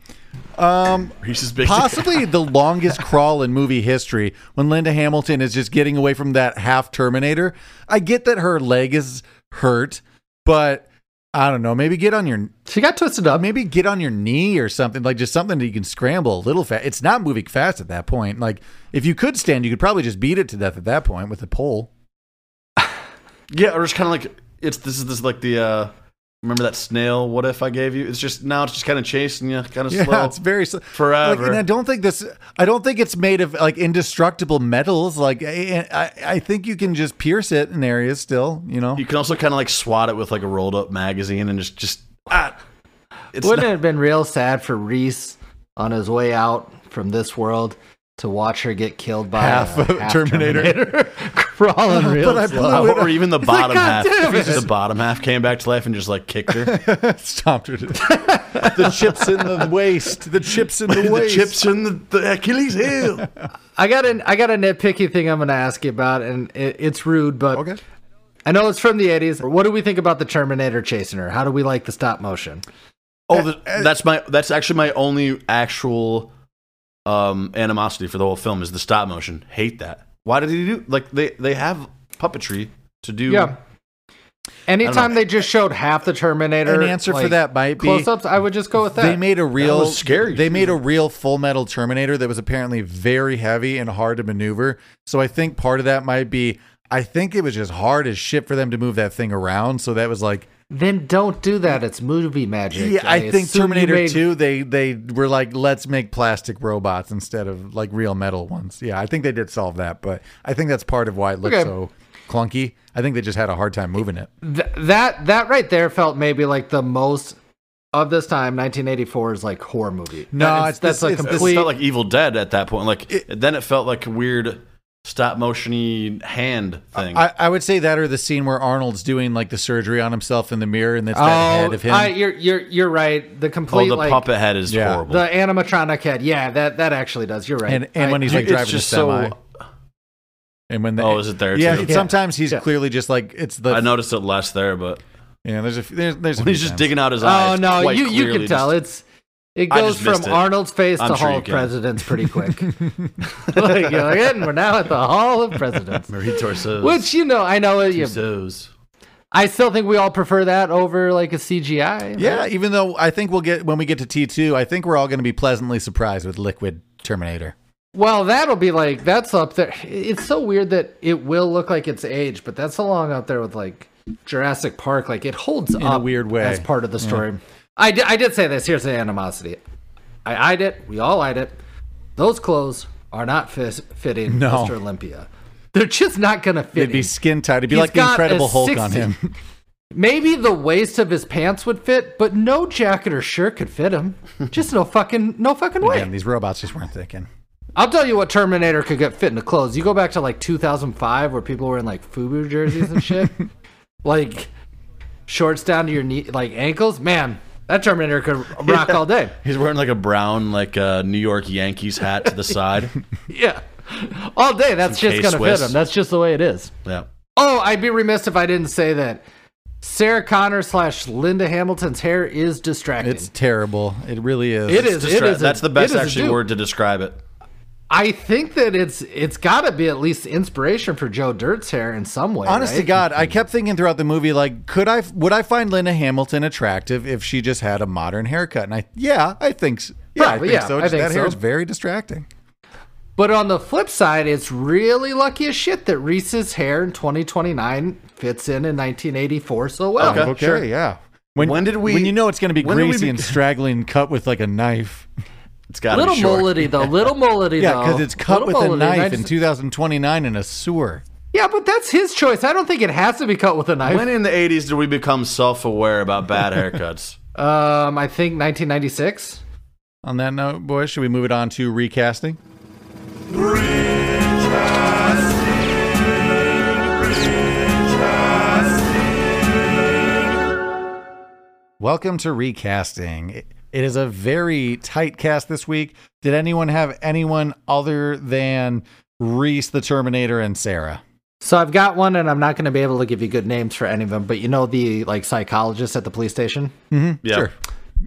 Reese's Big Possibly the longest crawl in movie history when Linda Hamilton is just getting away from that half Terminator. I get that her leg is hurt, but I don't know. Maybe get on your She got twisted up. maybe get on your knee or something like just something that you can scramble a little fast. It's not moving fast at that point. Like if you could stand, you could probably just beat it to death at that point with a pole. Yeah, or just kind of like it's this is this like the uh remember that snail what if I gave you? It's just now it's just kind of chasing you, kind of Yeah, slow. it's very slow. Forever. Like, and I don't think this. I don't think it's made of like indestructible metals. Like I, I, I think you can just pierce it in areas. Still, you know. you can also kind of like swat it with like a rolled up magazine and just just ah. It's Wouldn't not- it have been real sad for Reese on his way out from this world to watch her get killed by uh, Half a of Terminator. crawling real But I slow? blew it. or even the He's like, bottom half. "God damn it." The bottom half came back to life and just like kicked her. Stomped her. to- the chips in the waist. The chips in the the waist. chips in the, the Achilles heel. I got an I got a nitpicky thing I'm going to ask you about, and it, it's rude, but Okay. I know it's from the '80s. What do we think about the Terminator chasing her? How do we like the stop motion? Oh, the, that's my. That's actually my only actual um, animosity for the whole film is the stop motion. Hate that. Why did he do like they they have puppetry to do? Yeah. Anytime they just showed half the Terminator, An answer for that might be- close-ups. I would just go with that. They made a real was scary. They made a real Full Metal Terminator that was apparently very heavy and hard to maneuver. So I think part of that might be. I think it was just hard as shit for them to move that thing around. So that was like then don't do that. It's movie magic. Yeah, I think assume you Terminator made- 2, they they were like, let's make plastic robots instead of like real metal ones. Yeah, I think they did solve that, but I think that's part of why it looks Okay. so clunky. I think they just had a hard time moving it. Th- that that right there felt maybe like the most of this time 1984 is like horror movie No, That- it's- that's this- uh, like it's- It complete felt like Evil Dead at that point. Like then it felt like a weird stop motiony hand thing. I, I would say that or the scene where Arnold's doing like the surgery on himself in the mirror and it's that head oh of him. I, you're you're you're right the oh, complete the like puppet head is Yeah. horrible. the animatronic head yeah that that actually does you're right and and I- when he's You- like driving it's the just so. semi. and when the, Oh, is it there Yeah, too? he- sometimes he's Yeah. clearly just like it's the I noticed it less there, but Yeah, there's a f- there's there's a few he's just times. digging out his oh eyes. no quite you you can clearly, tell just- it's it I goes just missed from it. Arnold's face I'm to sure Hall you of can. Presidents pretty quick. like, you're like, and we're now at the Hall of Presidents, Marie Torso. which you know I know you, Torsos. I still think we all prefer that over like a CGI. Yeah, even though I think we'll get when we get to T two, I think we're all going to be pleasantly surprised with Liquid Terminator. Well, that'll be like that's up there. It's so weird that it will look like it's aged, but that's along up there with like Jurassic Park. Like it holds a up weird way. as part of the story. I did, I did say this. Here's the animosity. I eyed it. We all eyed it. Those clothes are not fis- fitting No. Mr. Olympia. They're just not gonna fit. It'd be him. skin tight. It'd be He's like the got a Incredible Hulk on 60. him. Maybe the waist of his pants would fit, but no jacket or shirt could fit him. Just no fucking no fucking way. Man, these robots just weren't thinking. I'll tell you what Terminator could get fit into clothes. You go back to like 2005 where people were in like FUBU jerseys and shit. like shorts down to your knee like ankles. Man, that Terminator could rock all day. He's wearing like a brown, like uh, New York Yankees hat to the side. Yeah. All day that's Some just going to K-Swiss. fit him. That's just the way it is. Yeah. Oh, I'd be remiss if I didn't say that Sarah Connor slash Linda Hamilton's hair is distracting. It's terrible. It really is. It is. Distra- a- that's the it best is a actually dupe. word to describe it. I think that it's it's got to be at least inspiration for Joe Dirt's hair in some way. Honest to right? God, I kept thinking throughout the movie, like, could I, would I find Linda Hamilton attractive if she just had a modern haircut? And I, yeah, I think, s- yeah, Probably, I think yeah, so. I Just think that hair so. is very distracting. But on the flip side, it's really lucky as shit that Reese's hair in 2029 fits in in 1984 so well. Okay. sure. yeah. When, When did we- When you know it's going to be when did we greasy be- and straggling, cut with like a knife. It's got to Little be short. mullety though, little mullety Yeah, though. because it's cut Little with a mullety, knife nice- in 2029 in a sewer. Yeah, but that's his choice. I don't think it has to be cut with a knife. When in the '80s did we become self-aware about bad haircuts? um, I think 1996. On that note, boys, should we move it on to recasting? Welcome to recasting. It- It is a very tight cast this week. Did anyone have anyone other than Reese the Terminator and Sarah? So I've got one, and I'm not going to be able to give you good names for any of them. But you know the like psychologist at the police station. Yeah. Sure.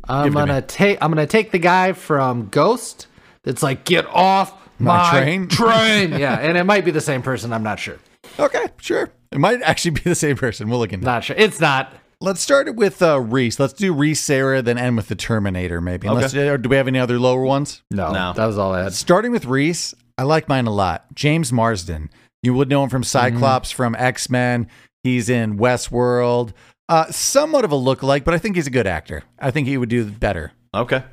I'm Give it to gonna take. I'm gonna take the guy from Ghost. That's like, get off My my, train?" train. yeah, and it might be the same person. I'm not sure. Okay, sure. It might actually be the same person. We'll look into Not sure. It's not. Let's start it with uh, Reese. Let's do Reese Sarah, then end with the Terminator, maybe. Unless, or do we have any other lower ones? No, No. that was all I had. Starting with Reese, I like mine a lot. James Marsden. You would know him from Cyclops, from X Men. He's in Westworld. Uh, somewhat of a lookalike, but I think he's a good actor. I think he would do better. Okay.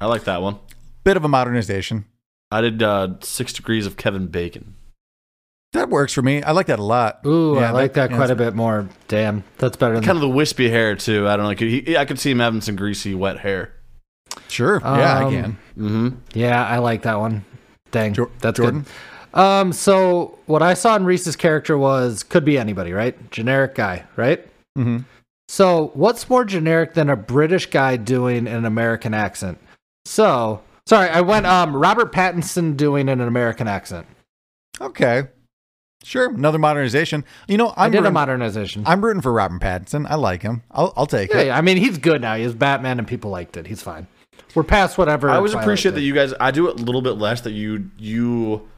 I like that one. Bit of a modernization. I did uh, six degrees of Kevin Bacon. That works for me. I like that a lot. Ooh, Yeah, I like that, yeah, quite a that's- bit more. Damn, that's better than. Kind of the wispy hair too. I don't know. Could he, I could see him having some greasy, wet hair. Sure. yeah, I Um, can. Mm-hmm. yeah, I like that one. Dang, Jo- that's Jordan? good. Um, so what I saw in Reese's character was could be anybody, right? Generic guy, right? hmm So, what's more generic than a British guy doing an American accent? So, sorry, I went um Robert Pattinson doing an American accent. Okay. Sure. Another modernization. You know, i I'm, did a rooting, modernization. I'm rooting for Robin Pattinson. I like him. I'll, I'll take yeah, it. yeah, I mean, he's good now. He's Batman, and people liked it. He's fine. We're past whatever. I always Twilight appreciate did. that you guys. I do it a little bit less. That you you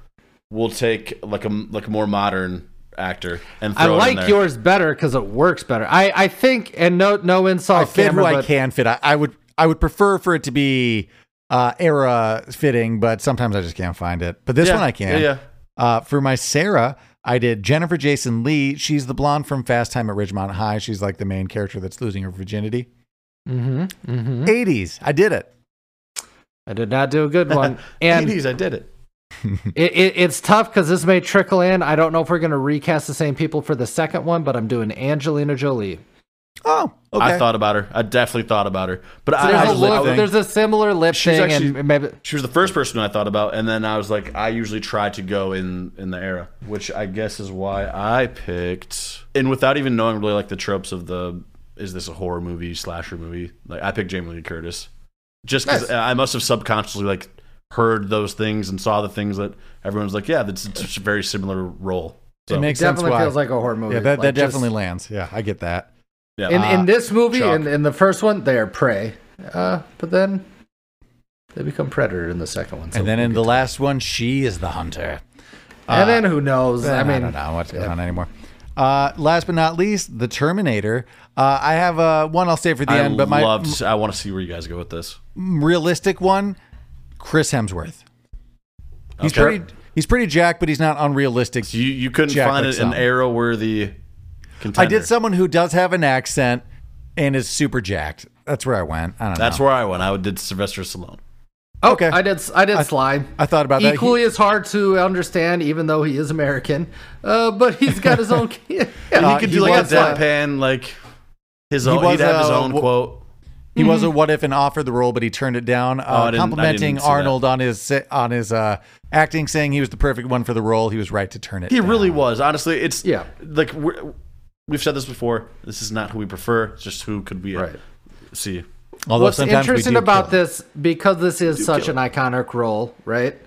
will take like a like a more modern actor and throw I it in like there. yours better because it works better. I, I think, and no no insult, I fit camera, who I but can fit. I, I would I would prefer for it to be uh, era fitting, but sometimes I just can't find it. But this Yeah, one I can. Yeah, yeah. Uh, for my Sarah, I did Jennifer Jason Lee. She's the blonde from Fast Time at Ridgemont High. She's like the main character that's losing her virginity. Mm-hmm, mm-hmm. 80s. I did it. I did not do a good one. Um, And 80s, I did it. It, it, it's tough because this may trickle in. I don't know if we're going to recast the same people for the second one, but I'm doing Angelina Jolie. Oh, okay. I thought about her. I definitely thought about her. But I, There's, I a was like- look, think- there's a similar lip She's thing, actually- and maybe she was the first person I thought about, and then I was like, I usually try to go in in the era, which I guess is why I picked. And without even knowing really like the tropes of the is this a horror movie slasher movie? Like I picked Jamie Lee Curtis, just because Nice. I must have subconsciously like heard those things and saw the things that everyone's like, yeah, that's it's a very similar role. So, it makes sense. definitely why. feels like a horror movie. yeah, that, that Like, just- definitely Ah, lands. Yeah, I get that. yeah, in, in this movie, chalk. in, in the first one, they are prey, uh, but then they become predator in the second one. so- and then in the last one, she is the hunter. and then who knows? I mean, Eh, don't know what's going on anymore. Uh, last but not least, the Terminator. Uh, I have uh, one I'll save for the I end, but my loved. I want to see where you guys go with this. m- realistic one, Chris Hemsworth. He's Okay. pretty. He's pretty jacked, but he's not unrealistic. You you couldn't Jack find like an some. era worthy contender. I did someone who does have an accent and is super jacked. That's where I went. I don't know. That's where I went. I did Sylvester Stallone. Oh, Okay. I did. I did slime. I thought about that. Equally as hard to understand, even though he is American. Uh, but he's got his own. kid. And Uh, he could he do like a was, uh, deadpan, like his he own. was, He'd have his uh, own wh- quote. He was Mm-hmm. a what if and offered the role, but he turned it down. Uh, Oh, I didn't- I complimenting didn't see that. Arnold on his si- on his uh, acting, saying he was the perfect one for the role. He was right to turn it. He down. really was. Honestly, it's Yeah. Like we're, we've said this before. This is not who we prefer. It's just who could we uh, Right. see. Although What's sometimes we interesting do about kill him. this, because this is such kill an iconic role, right?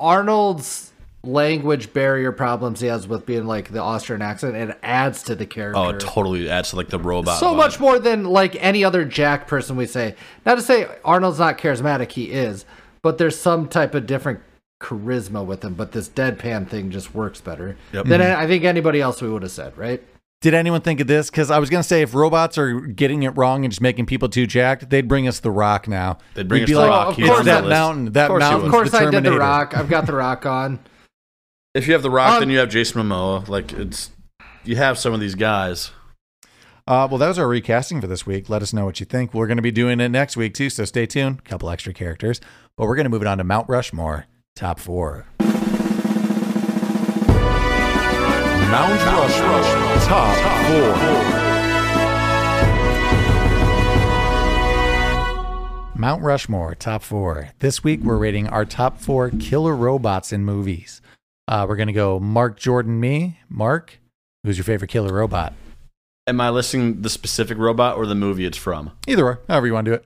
Arnold's language barrier problems he has with being like the Austrian accent, it adds to the character. Oh, it totally adds to like the robot. so vibe. much more than like any other Jack person we say. Not to say Arnold's not charismatic, he is, but there's some type of different charisma with him. But this deadpan thing just works better Yep. Mm-hmm. than I I think anybody else we would have said, right? Did anyone think of this? Because I was going to say, if robots are getting it wrong and just making people too jacked, they'd bring us The Rock now. They'd bring We'd us be The like, Rock. He's It's on that the list. mountain. That Of course he mountain. was. Of course, I did the Terminator. rock. I've got the rock on. If you have The Rock, Um, then you have Jason Momoa. Like it's you have some of these guys. Uh, well, that was our recasting for this week. Let us know what you think. We're going to be doing it next week too, so stay tuned. couple extra characters, but we're going to move it on to Mount Rushmore top four. Mount Rushmore top four. Mount Rushmore top four. This week we're rating our top four killer robots in movies. Uh, we're going to go Mark Jordan, me, Mark. Who's your favorite killer robot? Am I listing the specific robot or the movie it's from? Either or, however you want to do it.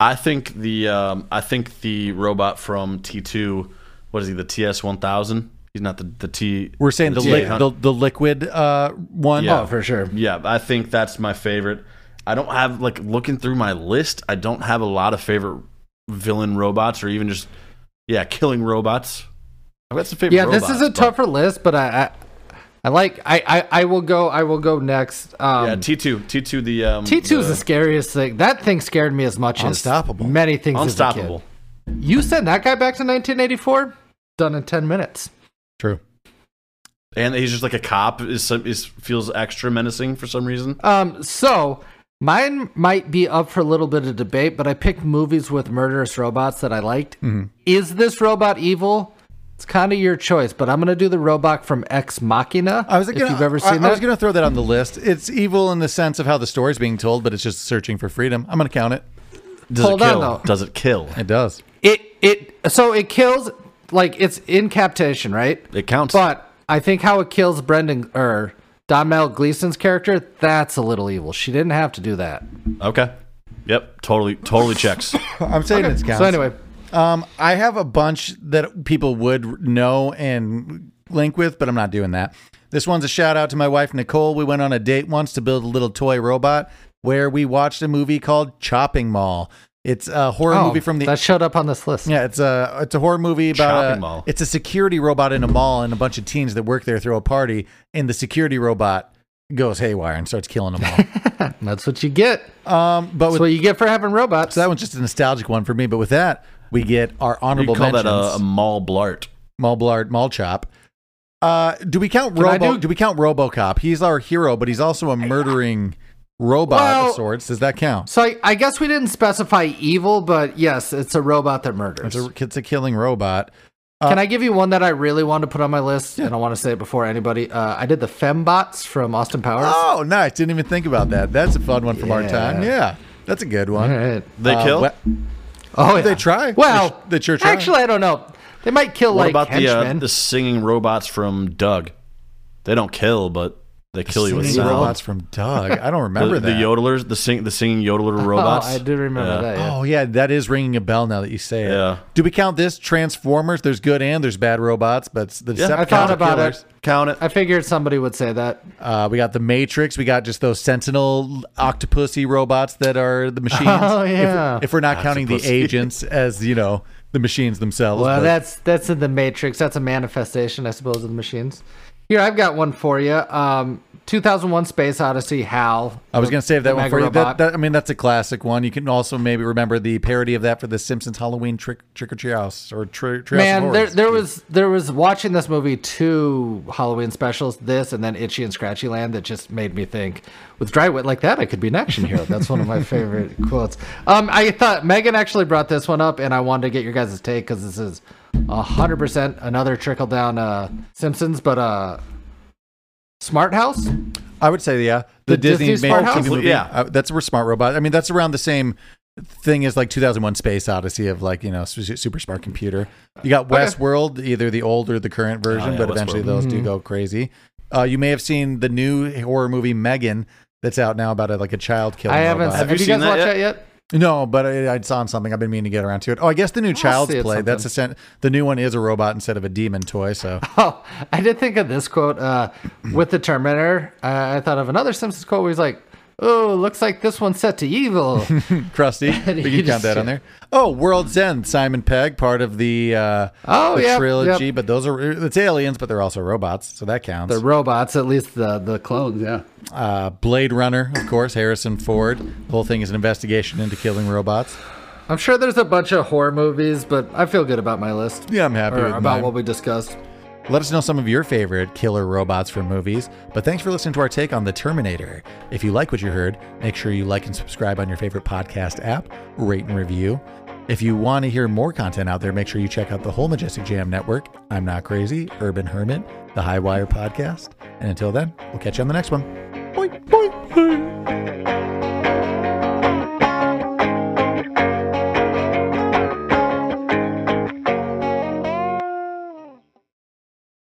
I think the um, I think the robot from T two. What is he? The TS one thousand. He's not the the T. We're saying the li- T800. the, the liquid uh, one. Yeah. Oh, for sure. Yeah, I think that's my favorite. I don't have like looking through my list. I don't have a lot of favorite villain robots or even just yeah killing robots. I've got some favorite. Yeah, this is robots, a but- tougher list, but I, I, I like. I, I, I will go. I will go next. Um, Yeah, T two T two the um, T two is the the scariest thing. That thing scared me as much Unstoppable. as many things. as a kid. unstoppable. You send that guy back to 1984. Done in 10 minutes. True. and he's just like a cop is some is feels extra menacing for some reason. Um, so mine might be up for a little bit of debate, but I picked movies with murderous robots that I liked. Mm-hmm. Is this robot evil? It's kind of your choice, but I'm gonna do the robot from Ex Machina. I was gonna, if you've ever I- seen I, that. was going to throw that on the list. It's evil in the sense of how the story's being told, but it's just searching for freedom. I'm going to count it. Does Hold it on, kill? though. Does it kill? It does. It it so it kills like it's in captation, right? It counts. But I think how it kills Brendan or Don Mel Gleason's character, that's a little evil. She didn't have to do that. okay. Yep. Totally. Totally checks. I'm saying it counts. So anyway, um, I have a bunch that people would know and link with, but I'm not doing that. This one's a shout out to my wife Nicole. We went on a date once to build a little toy robot where we watched a movie called Chopping Mall. It's a horror oh, movie from the that showed up on this list. Yeah, it's a it's a horror movie about Shopping a, mall. it's a security robot in a mall, and a bunch of teens that work there throw a party, and the security robot goes haywire and starts killing them That's what you get. all. um, but That's with, what you get for having robots. that one's just a nostalgic one for me. But with that, we get our You honorable call mentions: that a, a mall blart. Mall Blart, Mall Chop. Uh, do we count I Robo? do- Do-, we count RoboCop? He's our hero, but he's also a murdering robot Well- of sorts. Does that count? so I, I guess we didn't specify evil, but yes, it's a robot that It's murders. a, uh, it's a killing robot. Can I give you one that I really want to put on my list? And I want to say it before anybody. Uh, I did the Fembots from Austin Powers. Oh, nice! Didn't even think about that. That's a fun one from our Yeah. time. Yeah, that's a good one. All right. They Uh, kill. we- Oh, yeah. They try. They Well, sh- they sure try. Actually, I don't know. They might kill What like about the uh, henchmen. the singing robots from Doug? They don't kill, but they kill you with Singing sound. robots from Doug. I don't remember the, the that. yodelers, the sing, the singing yodeler robots. Oh, I do remember Yeah. that. Yeah. Oh yeah, that is ringing a bell now that you say it. Yeah. Do we count this Transformers? There's good and there's bad robots, but the Decepticons I thought are about killers. Count it. I figured somebody would say that. Uh, we got the Matrix. We got just those Sentinel octopusy robots that are the machines. Oh, If- yeah. If, we're not counting the Octopussy. agents as you know the machines themselves. Well, but- that's that's in the Matrix. That's a manifestation, I suppose, of the machines. Here, I've got one for you. Um, 2001 Space Odyssey, HAL. I was going to save the that one Mega for you. That, Robot. that- I mean, that's a classic one. You can also maybe remember the parody of that for the Simpsons Halloween Trick Trick or Treat House or Tri- Treehouse of Man, there, Horrors. there was there was watching this movie two Halloween specials, this and then Itchy and Scratchy Land that just made me think with dry wit like that I could be an action hero. That's one of my favorite quotes. Um, I thought Megan actually brought this one up, and I wanted to get your guys' take because this is hundred percent another trickle down uh, Simpsons, but uh, Smart House. I would say yeah, the, The Disney, Disney made Smart Disney House? movie. Yeah. Uh, that's where Smart Robot. I mean, that's around the same thing as like 2001 Space Odyssey of like you know su- super smart computer. You got Westworld, either the old or the current version, Oh, yeah, but eventually Westworld. those Mm-hmm. do go crazy. Uh, you may have seen the new horror movie Megan that's out now about a, like a child killing. I haven't. robot. Have, you you seen guys that watched yet? that yet? No, but I, I saw something. I've been meaning to get around to it. Oh, I guess the new Child's see it Play. That's a sen- the new one is a robot instead of a demon toy. So Oh, I did think of this quote uh, with the Terminator. Uh, I thought of another Simpsons quote where he's like, "Oh, looks like this one's set to evil." crusty, we You can count just- that on there. Oh, World's End, Simon Pegg, part of the uh, Oh, the yep, trilogy. yep. But those are it's aliens, but they're also robots, so that counts. the robots, at least the the clone. Clones, yeah. Uh, Blade Runner, of course, Harrison Ford. The whole thing is an investigation into killing robots. I'm sure there's a bunch of horror movies, but I feel good about my list. Yeah, I'm happy Or with about mine. what we discussed. Let us know some of your favorite killer robots from movies. But thanks for listening to our take on The Terminator. If you like what you heard, make sure you like and subscribe on your favorite podcast app, rate and review. If you want to hear more content out there, make sure you check out the whole Majestic Jam Network, I'm Not Crazy, Urban Hermit, the High Wire Podcast. And until then, we'll catch you on the next one. Boink, boink, boink.